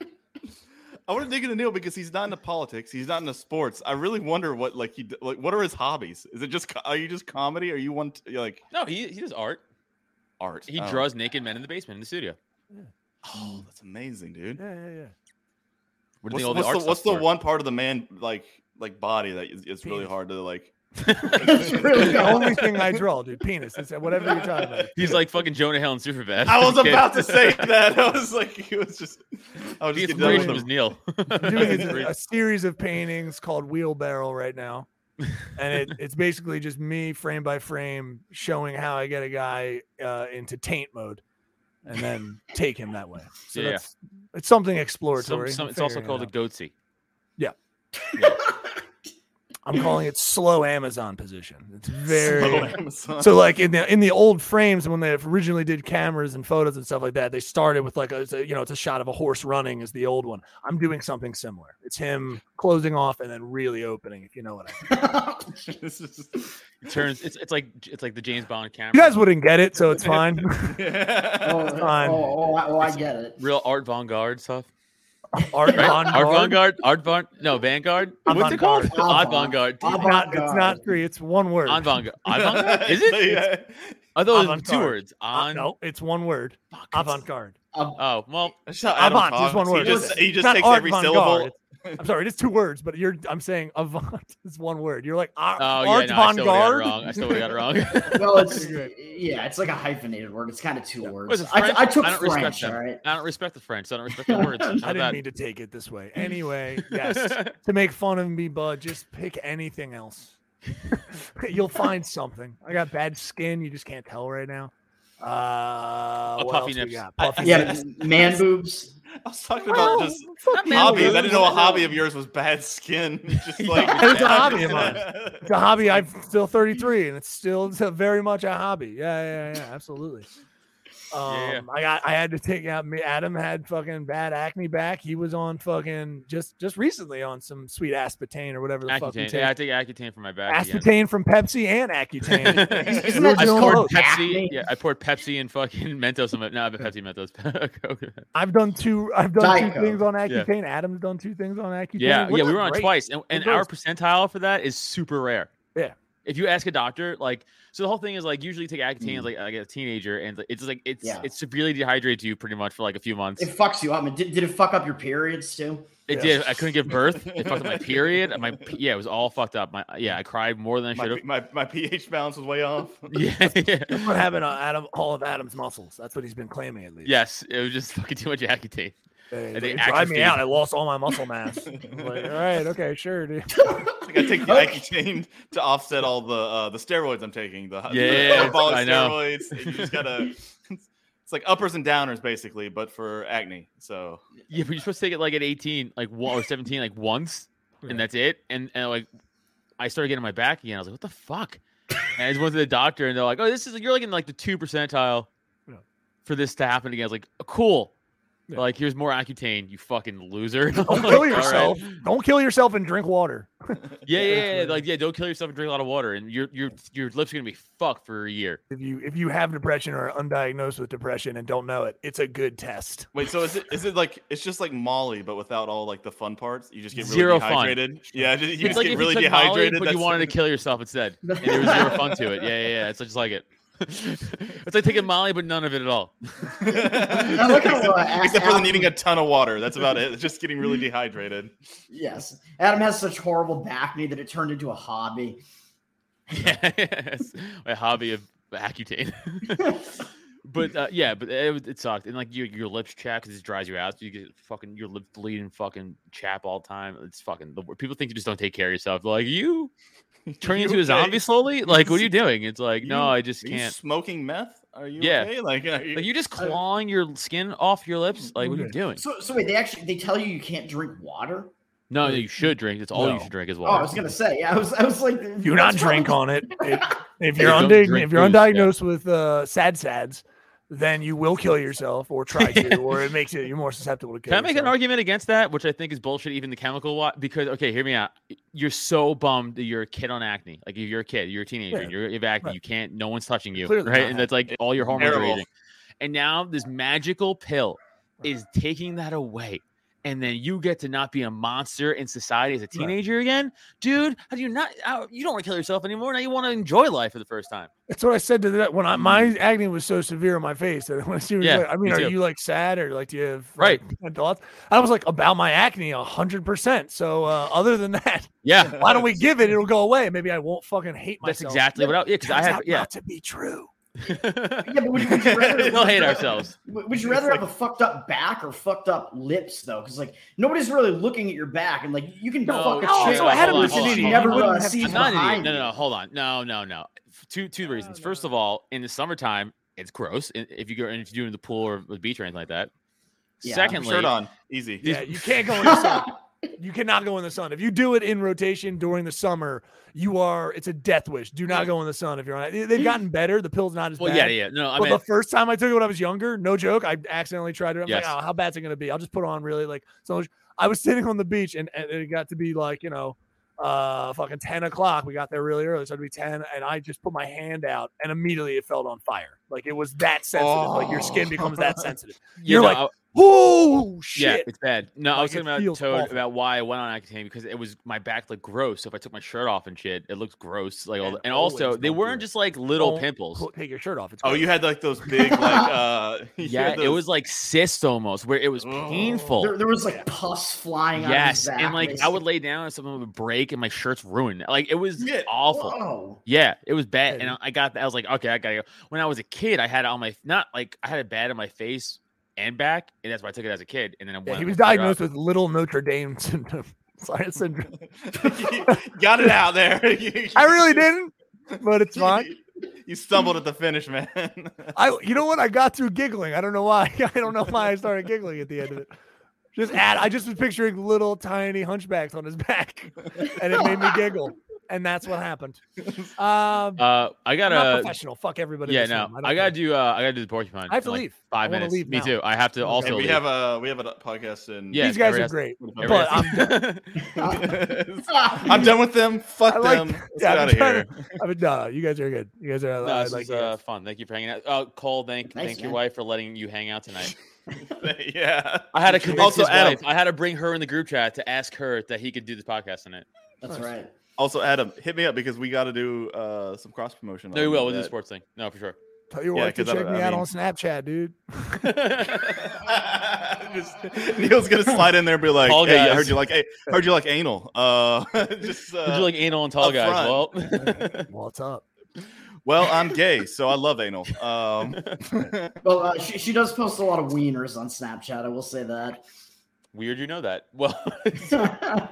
E: I want to dig into Neil because he's not into politics. He's not into sports. I really wonder what like he d- like. What are his hobbies? Is it just co- are you just comedy? Are you one t- like
C: No, he he does art.
E: art?
C: He
E: I don't-
C: draws naked men in the basement in the studio.
E: Oh, that's amazing, dude.
B: Yeah, yeah, yeah.
C: What do
E: What's,
C: you think all
E: what's
C: the
E: the,
C: art
E: what's the
C: stuff's for?
E: one part of the man like like body that is, it's really hard to like?
F: It's really
B: The
F: hard.
B: only thing I draw, dude, penis. It's whatever you're talking about.
C: He's like fucking Jonah Hill in Superbad.
E: I was
C: Okay.
E: about to say that. I was like, he was just. I was
C: The
E: just getting done with
C: inspiration was
E: him.
C: Neil.
B: doing is
C: Great.
B: a, a series of paintings called Wheelbarrow right now. And it, it's basically just me frame by frame showing how I get a guy uh, into taint mode and then take him that way. So
C: Yeah, yeah.
B: that's it's something
C: Some-
B: exploratory.
C: some-
B: I'm
C: it's also
B: figuring it
C: called a
B: out.
C: goatsy.
B: I'm calling it slow Amazon position. It's very
E: Amazon.
B: so like in the in the old frames when they originally did cameras and photos and stuff like that, they started with like a, it's a- you know it's a shot of a horse running is the old one. I'm doing something similar. It's him closing off and then really opening, if you know what I mean.
E: This is-
C: It turns. It's, it's like it's like the James Bond camera.
B: You guys wouldn't get it, so it's fine.
F: Oh,
E: Yeah.
B: fine.
F: oh, oh, I- oh, I get it.
C: Real art vanguard stuff.
B: Art
C: Right?
B: Von
C: Art
B: Guard.
C: vanguard. Art van. No vanguard. What's it called?
B: Avant-garde.
C: Odd vanguard.
F: Avant-
B: It's not, it's not three. It's one word.
C: On vanguard. On vanguard. Is it?
E: Yeah.
C: I thought it was two
B: Avant-garde.
C: words.
B: Uh,
C: On.
B: no, it's one word.
C: Fuck, it's-
B: Avant garde.
F: Um,
C: Oh well.
E: That's how Adam
B: Avant
E: talks.
B: is one word.
E: He just, he
B: It's
E: just
B: not
E: takes
B: art
E: every
B: avant-garde.
E: syllable.
B: It's- I'm sorry, it's two words, but you're. I'm saying avant is one word. You're like "Ah,
C: Oh
B: art
C: yeah. No, I still would've
B: vanguard.
C: got it wrong. I still would have got it wrong.
F: well, it's
B: Great.
F: yeah, it's like a hyphonated word. It's kind of two
C: Was
F: words.
C: it
F: I,
C: French?
F: I took
C: I don't respect
F: French.
C: them.
F: All right.
C: I don't respect the French. so I don't respect the words. How
B: I didn't
C: about-
B: mean to take it this way. Anyway, yes, to make fun of me, bud, just pick anything else. You'll find something. I got bad skin. You just can't tell right now. Uh,
C: A
B: what else
C: puffy
B: we
C: nips.
B: got?
E: Oh, I-
B: Puffy
F: Yeah, man boobs.
E: I was talking
B: Well,
E: about just
B: fuck you.
E: hobbies. I
C: boobs.
E: didn't know a hobby of yours was bad skin. Just like
B: It's a hobby of mine. It's a hobby. I'm still 33, and it's still it's a very much a hobby. Yeah, yeah, yeah, absolutely. Um,
C: Yeah.
B: I got. I had to take out. me- Adam had fucking bad acne back. He was on fucking just just recently on some sweet aspartame or whatever the fuck you
C: Accutane.
B: take.
C: Yeah, I take Accutane for my back. again.
B: aspartame from Pepsi and Accutane.
F: Isn't
B: You're
F: that
C: I
F: just
B: doing
C: poured
B: both.
C: Pepsi.
F: Acne.
C: Yeah, I poured Pepsi and fucking Mentos. On my, no, I've Pepsi Mentos.
B: I've done two. I've done
F: Diet
B: two things on
C: Yeah.
B: Accutane. Adam's done two things on Accutane.
C: yeah,
B: We're
C: yeah, we
B: doing
C: were on
B: great.
C: twice, and, and
B: doing
C: our percentile for that is super rare.
B: Yeah.
C: If you ask a doctor, like so, the whole thing is like usually take Accutane
B: Mm.
C: as like, like a teenager, and it's like it's
F: Yeah.
C: it severely dehydrates you pretty much for like a few months.
F: It fucks you up. Did, did it fuck up your periods too?
C: It
B: Yeah.
C: did. I couldn't give birth. It fucked up my period. and My p- yeah, it was all fucked up. My yeah, I cried more than I should
E: My,
C: have.
E: P- my my pH balance was way off.
C: Yeah, yeah.
B: That's what happened on Adam, all of Adam's muscles. That's what he's been claiming at least.
C: Yes, it was just fucking too much Accutane.
B: Yeah, he's
C: I
B: like,
C: think
B: "It dried me
C: atrophy.
B: out. I lost all my muscle mass. I'm like, all right, okay, sure, dude.
E: It's like I take the Accutane to offset all the uh, the steroids I'm taking. The the
C: Yeah,
E: anabolic
C: I know.
E: steroids. and You just gotta. It's like uppers and downers basically, but for acne. So
C: Yeah, but you're supposed to take it like at 18, like one or 17, like once, and that's it. And and like, I started getting my back again. I was like, what the fuck? And I just went to the doctor, and they're like, oh, this is you're like in like the two percentile
B: Yeah.
C: for this to happen again. I was like, cool.
B: Yeah.
C: Like, here's more Accutane, you fucking loser. I'm
B: Don't
C: like,
B: kill
C: "All right."
B: yourself. Don't kill yourself and drink water.
C: Yeah, yeah, yeah. Like, yeah, don't kill yourself and drink a lot of water, and your your your lips are gonna be fucked for a year.
B: If you if you have depression or are undiagnosed with depression and don't know it, it's a good test.
E: wait, so is it is it like it's just like Molly, but without all like the fun parts? You just get really
C: Zero fun.
E: dehydrated. Yeah, just, you
C: it's
E: just
C: like
E: get
C: if
E: really
C: you took Molly,
E: dehydrated.
C: but you wanted to kill yourself instead, and there was zero fun to it. Yeah, yeah, yeah. It's just like it. it's like taking Molly, but none of it at all.
E: I
F: I look how, uh, Ac-
E: Except for them
F: Adam-
E: needing a ton of water. That's about it. It's just getting really dehydrated.
F: Yes. Adam has such horrible back knee that it turned into a hobby.
C: yes, my hobby of Accutane. but uh, yeah, but it, was- it sucked, and like your your lips chap because it dries you out. You get fucking your lips bleed and fucking chap all the time. It's fucking the wor- people think you just don't take care of yourself. They're like you turning
E: You
C: into a zombie
E: okay?
C: slowly. Like what are you doing? It's like no,
E: You-
C: I just
E: Are you
C: can't.
E: smoking meth? Are you
C: Yeah.
E: okay? Like, are you,
C: Like you just clawing your skin off your lips. Like what are you doing?
F: So, so wait, they actually they tell you you can't drink water.
C: No, you should drink. That's all you
B: No.
C: should drink is
F: Oh, I
C: water.
F: was gonna say, yeah, I was, I was like,
B: Do not drink on it. It- if
C: Yeah,
B: you're
C: don't
B: undig-
C: drink
B: if you're
C: booze, yeah.
B: undiagnosed with uh, sad sads, then you will kill yourself or try to, or it makes it you're more susceptible to kill.
C: Can I make an
B: yourself.
C: argument against that, which I think is bullshit, even the chemical wa- Because, okay, hear me out. You're so bummed that you're a kid on acne. Like, if you're a kid, you're a teenager,
B: Yeah,
C: and you're, you have acne,
B: right.
C: you can't, no one's touching you,
B: Clearly
C: right?
B: not
C: And that's like all your hormones
E: terrible.
C: are aging. And now this magical pill is taking that away. And then you get to not be a monster in society as a teenager again, dude. How do you not? How, you don't want to kill yourself anymore. Now you want to enjoy life for the first time.
B: That's what I said to that when I, my acne was so severe on my face that when she was
C: Hmm. Yeah,
B: like, I mean,
C: me
B: are
C: too.
B: you like sad or like do you have
C: Right.
B: like, thoughts? I was like about my acne hundred percent. So uh, other than that,
C: Yeah,
B: why don't we give it? It'll go away. Maybe I won't fucking hate
C: that's
B: myself.
C: exactly what I. Yeah, because I
B: Turns
C: had.
B: out
C: Yeah,
B: not to be true.
F: Yeah, but would you, would you rather,
C: we'll
F: would you
C: hate
F: rather-
C: ourselves.
F: Would would you rather have a fucked up back or fucked up lips though? Because like nobody's really looking at your back, and like you can
C: No,
F: fuck a
C: no,
F: chick
C: so Adam
F: up
C: was an
F: and she
C: idiot.
F: never
C: He
F: uh,
B: wouldn't have
F: sees
C: I'm not an idiot.
F: behind
C: No, no, no,
F: you.
C: hold on. No, no, no. F- Two two reasons. First of all, in the summertime, it's gross. i- If you go and if you do it in the pool or the beach or anything like that.
F: Yeah.
C: Secondly,
E: shirt on? Easy.
B: Yeah, you can't go in the sun. You cannot go in the sun. If you do it in rotation during the summer, you are it's a death wish. Do not go in the sun if you're on it. They've gotten better. The pill's not as
C: well,
B: bad.
C: yeah, yeah. No, I
B: but
C: mean,
B: the first time I took it when I was younger, no joke, I accidentally tried it. I'm
C: Yes.
B: like, oh, how bad's it gonna be? I'll just put on really like so. much- I was sitting on the beach and, and it got to be like you know, uh, fucking ten o'clock. We got there really early, so it'd be ten, and I just put my hand out and immediately it felt on fire. Like it was that sensitive. Like your
C: Oh.
B: skin becomes that sensitive.
C: you
B: you're
C: know,
B: like,
C: I-
B: Oh
C: yeah,
B: shit!
C: it's bad. No, I
B: Like,
C: was
B: it
C: talking about
B: feels
C: Toad
B: awful.
C: about why I went on Accutane because it was my back looked gross. So if I took my shirt off and shit, it looked gross. Like, all
B: And
C: the- and also
B: always
C: they
B: don't do
C: weren't
B: it.
C: just like little
B: Don't
C: pimples.
B: Put- Take your shirt off. It's
E: Oh,
B: gross.
E: you had like those big like uh you
C: yeah,
E: had
C: it
E: those-
C: was like cysts almost, where it was
E: Oh.
C: painful.
F: There, there was like pus flying out of
C: Yes,
F: his back.
C: and like I would lay down and something would break and my shirt's ruined. Like it was
E: Yeah.
C: awful.
F: Oh,
C: Yeah, it was bad, and
B: Yeah.
C: I- I got that. I was like, okay, I gotta go. When I was a kid, I had it on my not like I had it bad on my face and back, and that's why I took it as a kid. And then
B: Yeah,
C: when
B: he
C: I
B: was
C: grew up-
B: diagnosed with little Notre Dame syndrome. Sorry, syndrome.
E: You got it out there. You-
B: I really didn't, but it's fine.
E: You stumbled at the finish, man.
B: I you know what? I got through giggling. I don't know why. I don't know why I started giggling at the end of it. Just add I just was picturing little tiny hunchbacks on his back and it made me giggle. And that's what happened. Um
C: Uh, I
B: I'm not
C: gotta.
B: professional. Fuck everybody. in
C: Yeah,
B: this
C: no,
B: room. don't
C: I, gotta
B: care.
C: do. Uh, I gotta do the porcupine.
B: I have
C: in,
B: to
C: like,
B: leave. I
C: Five
B: wanna
C: minutes.
B: leave
C: Me
B: now.
C: too. I have to also.
E: and we
C: leave.
E: have a we have a podcast in.
C: Yeah,
B: These guys
C: everybody
B: are
C: has-
B: great.
C: Everybody
B: but
C: has-
E: I'm done with them. Fuck
B: I like-
E: them. Let's
B: yeah,
E: get
B: I'm
E: out of
B: trying
E: here.
B: I mean, no, you guys are good. You guys are
C: No,
B: I
C: this
B: like
C: is,
B: you guys.
C: uh, fun. Thank you for hanging out. Uh, Cole, thank
F: Thanks,
C: thank your
F: man.
C: wife for letting you hang out tonight.
E: yeah.
C: I had to convince
E: Also,
C: his
E: Adam-
C: wife. I had to bring her in the group chat to ask her that he could do this podcast in it.
F: that's right.
E: Also, Adam, hit me up because we got to do uh, some cross promotion.
C: No, we will. We'll do the sports thing. No, for sure.
B: Tell your
E: Yeah,
B: wife to
E: 'cause I-
B: check me
E: I
B: out
E: mean-
B: on Snapchat, dude.
E: Just- Neil's gonna slide in there and be like,
C: Tall
E: "Hey, I
C: guys.
E: heard you like, hey, heard you like anal." Uh, just uh,
C: Would you like anal and tall
E: up
C: guys?
E: front.
C: Well,
B: What's up?
E: well, I'm gay, so I love anal. Um,
F: Well, uh, she, she does post a lot of wieners on Snapchat. I will say that.
C: weird you know that. Well,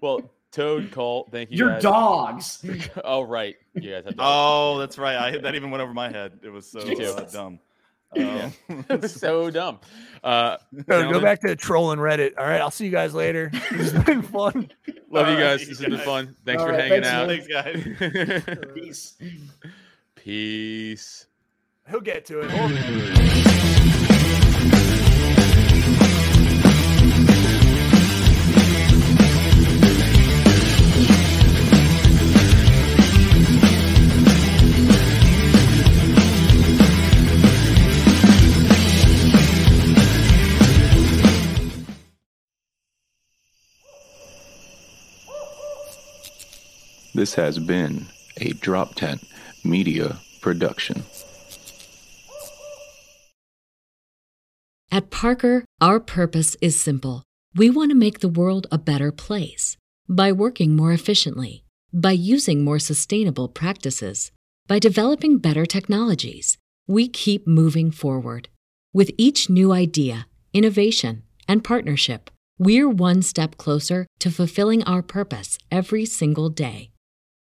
C: well, Toad, Cole, thank you.
F: Your
C: guys.
F: dogs.
C: Oh, right. You guys have dogs.
E: oh, that's right. I that even went over my head. It was so uh,
C: Jesus.
E: dumb.
C: Yeah.
E: Um,
C: That was so dumb. Uh,
B: No, go
C: Gentlemen.
B: back to trolling Reddit. All right, I'll see you guys later. It's been fun.
C: love you
E: All
C: guys.
E: right,
C: This has been
E: guys.
C: fun. Thanks
F: All
C: for hanging
F: right, thanks,
E: Thanks, guys.
C: out.
F: Peace.
C: Peace.
B: He'll get to it. Hold on.
A: This has been a Drop Tent Media production.
G: At Parker, our purpose is simple. We want to make the world a better place by working more efficiently, by using more sustainable practices, by developing better technologies. We keep moving forward. With each new idea, innovation, and partnership, we're one step closer to fulfilling our purpose every single day.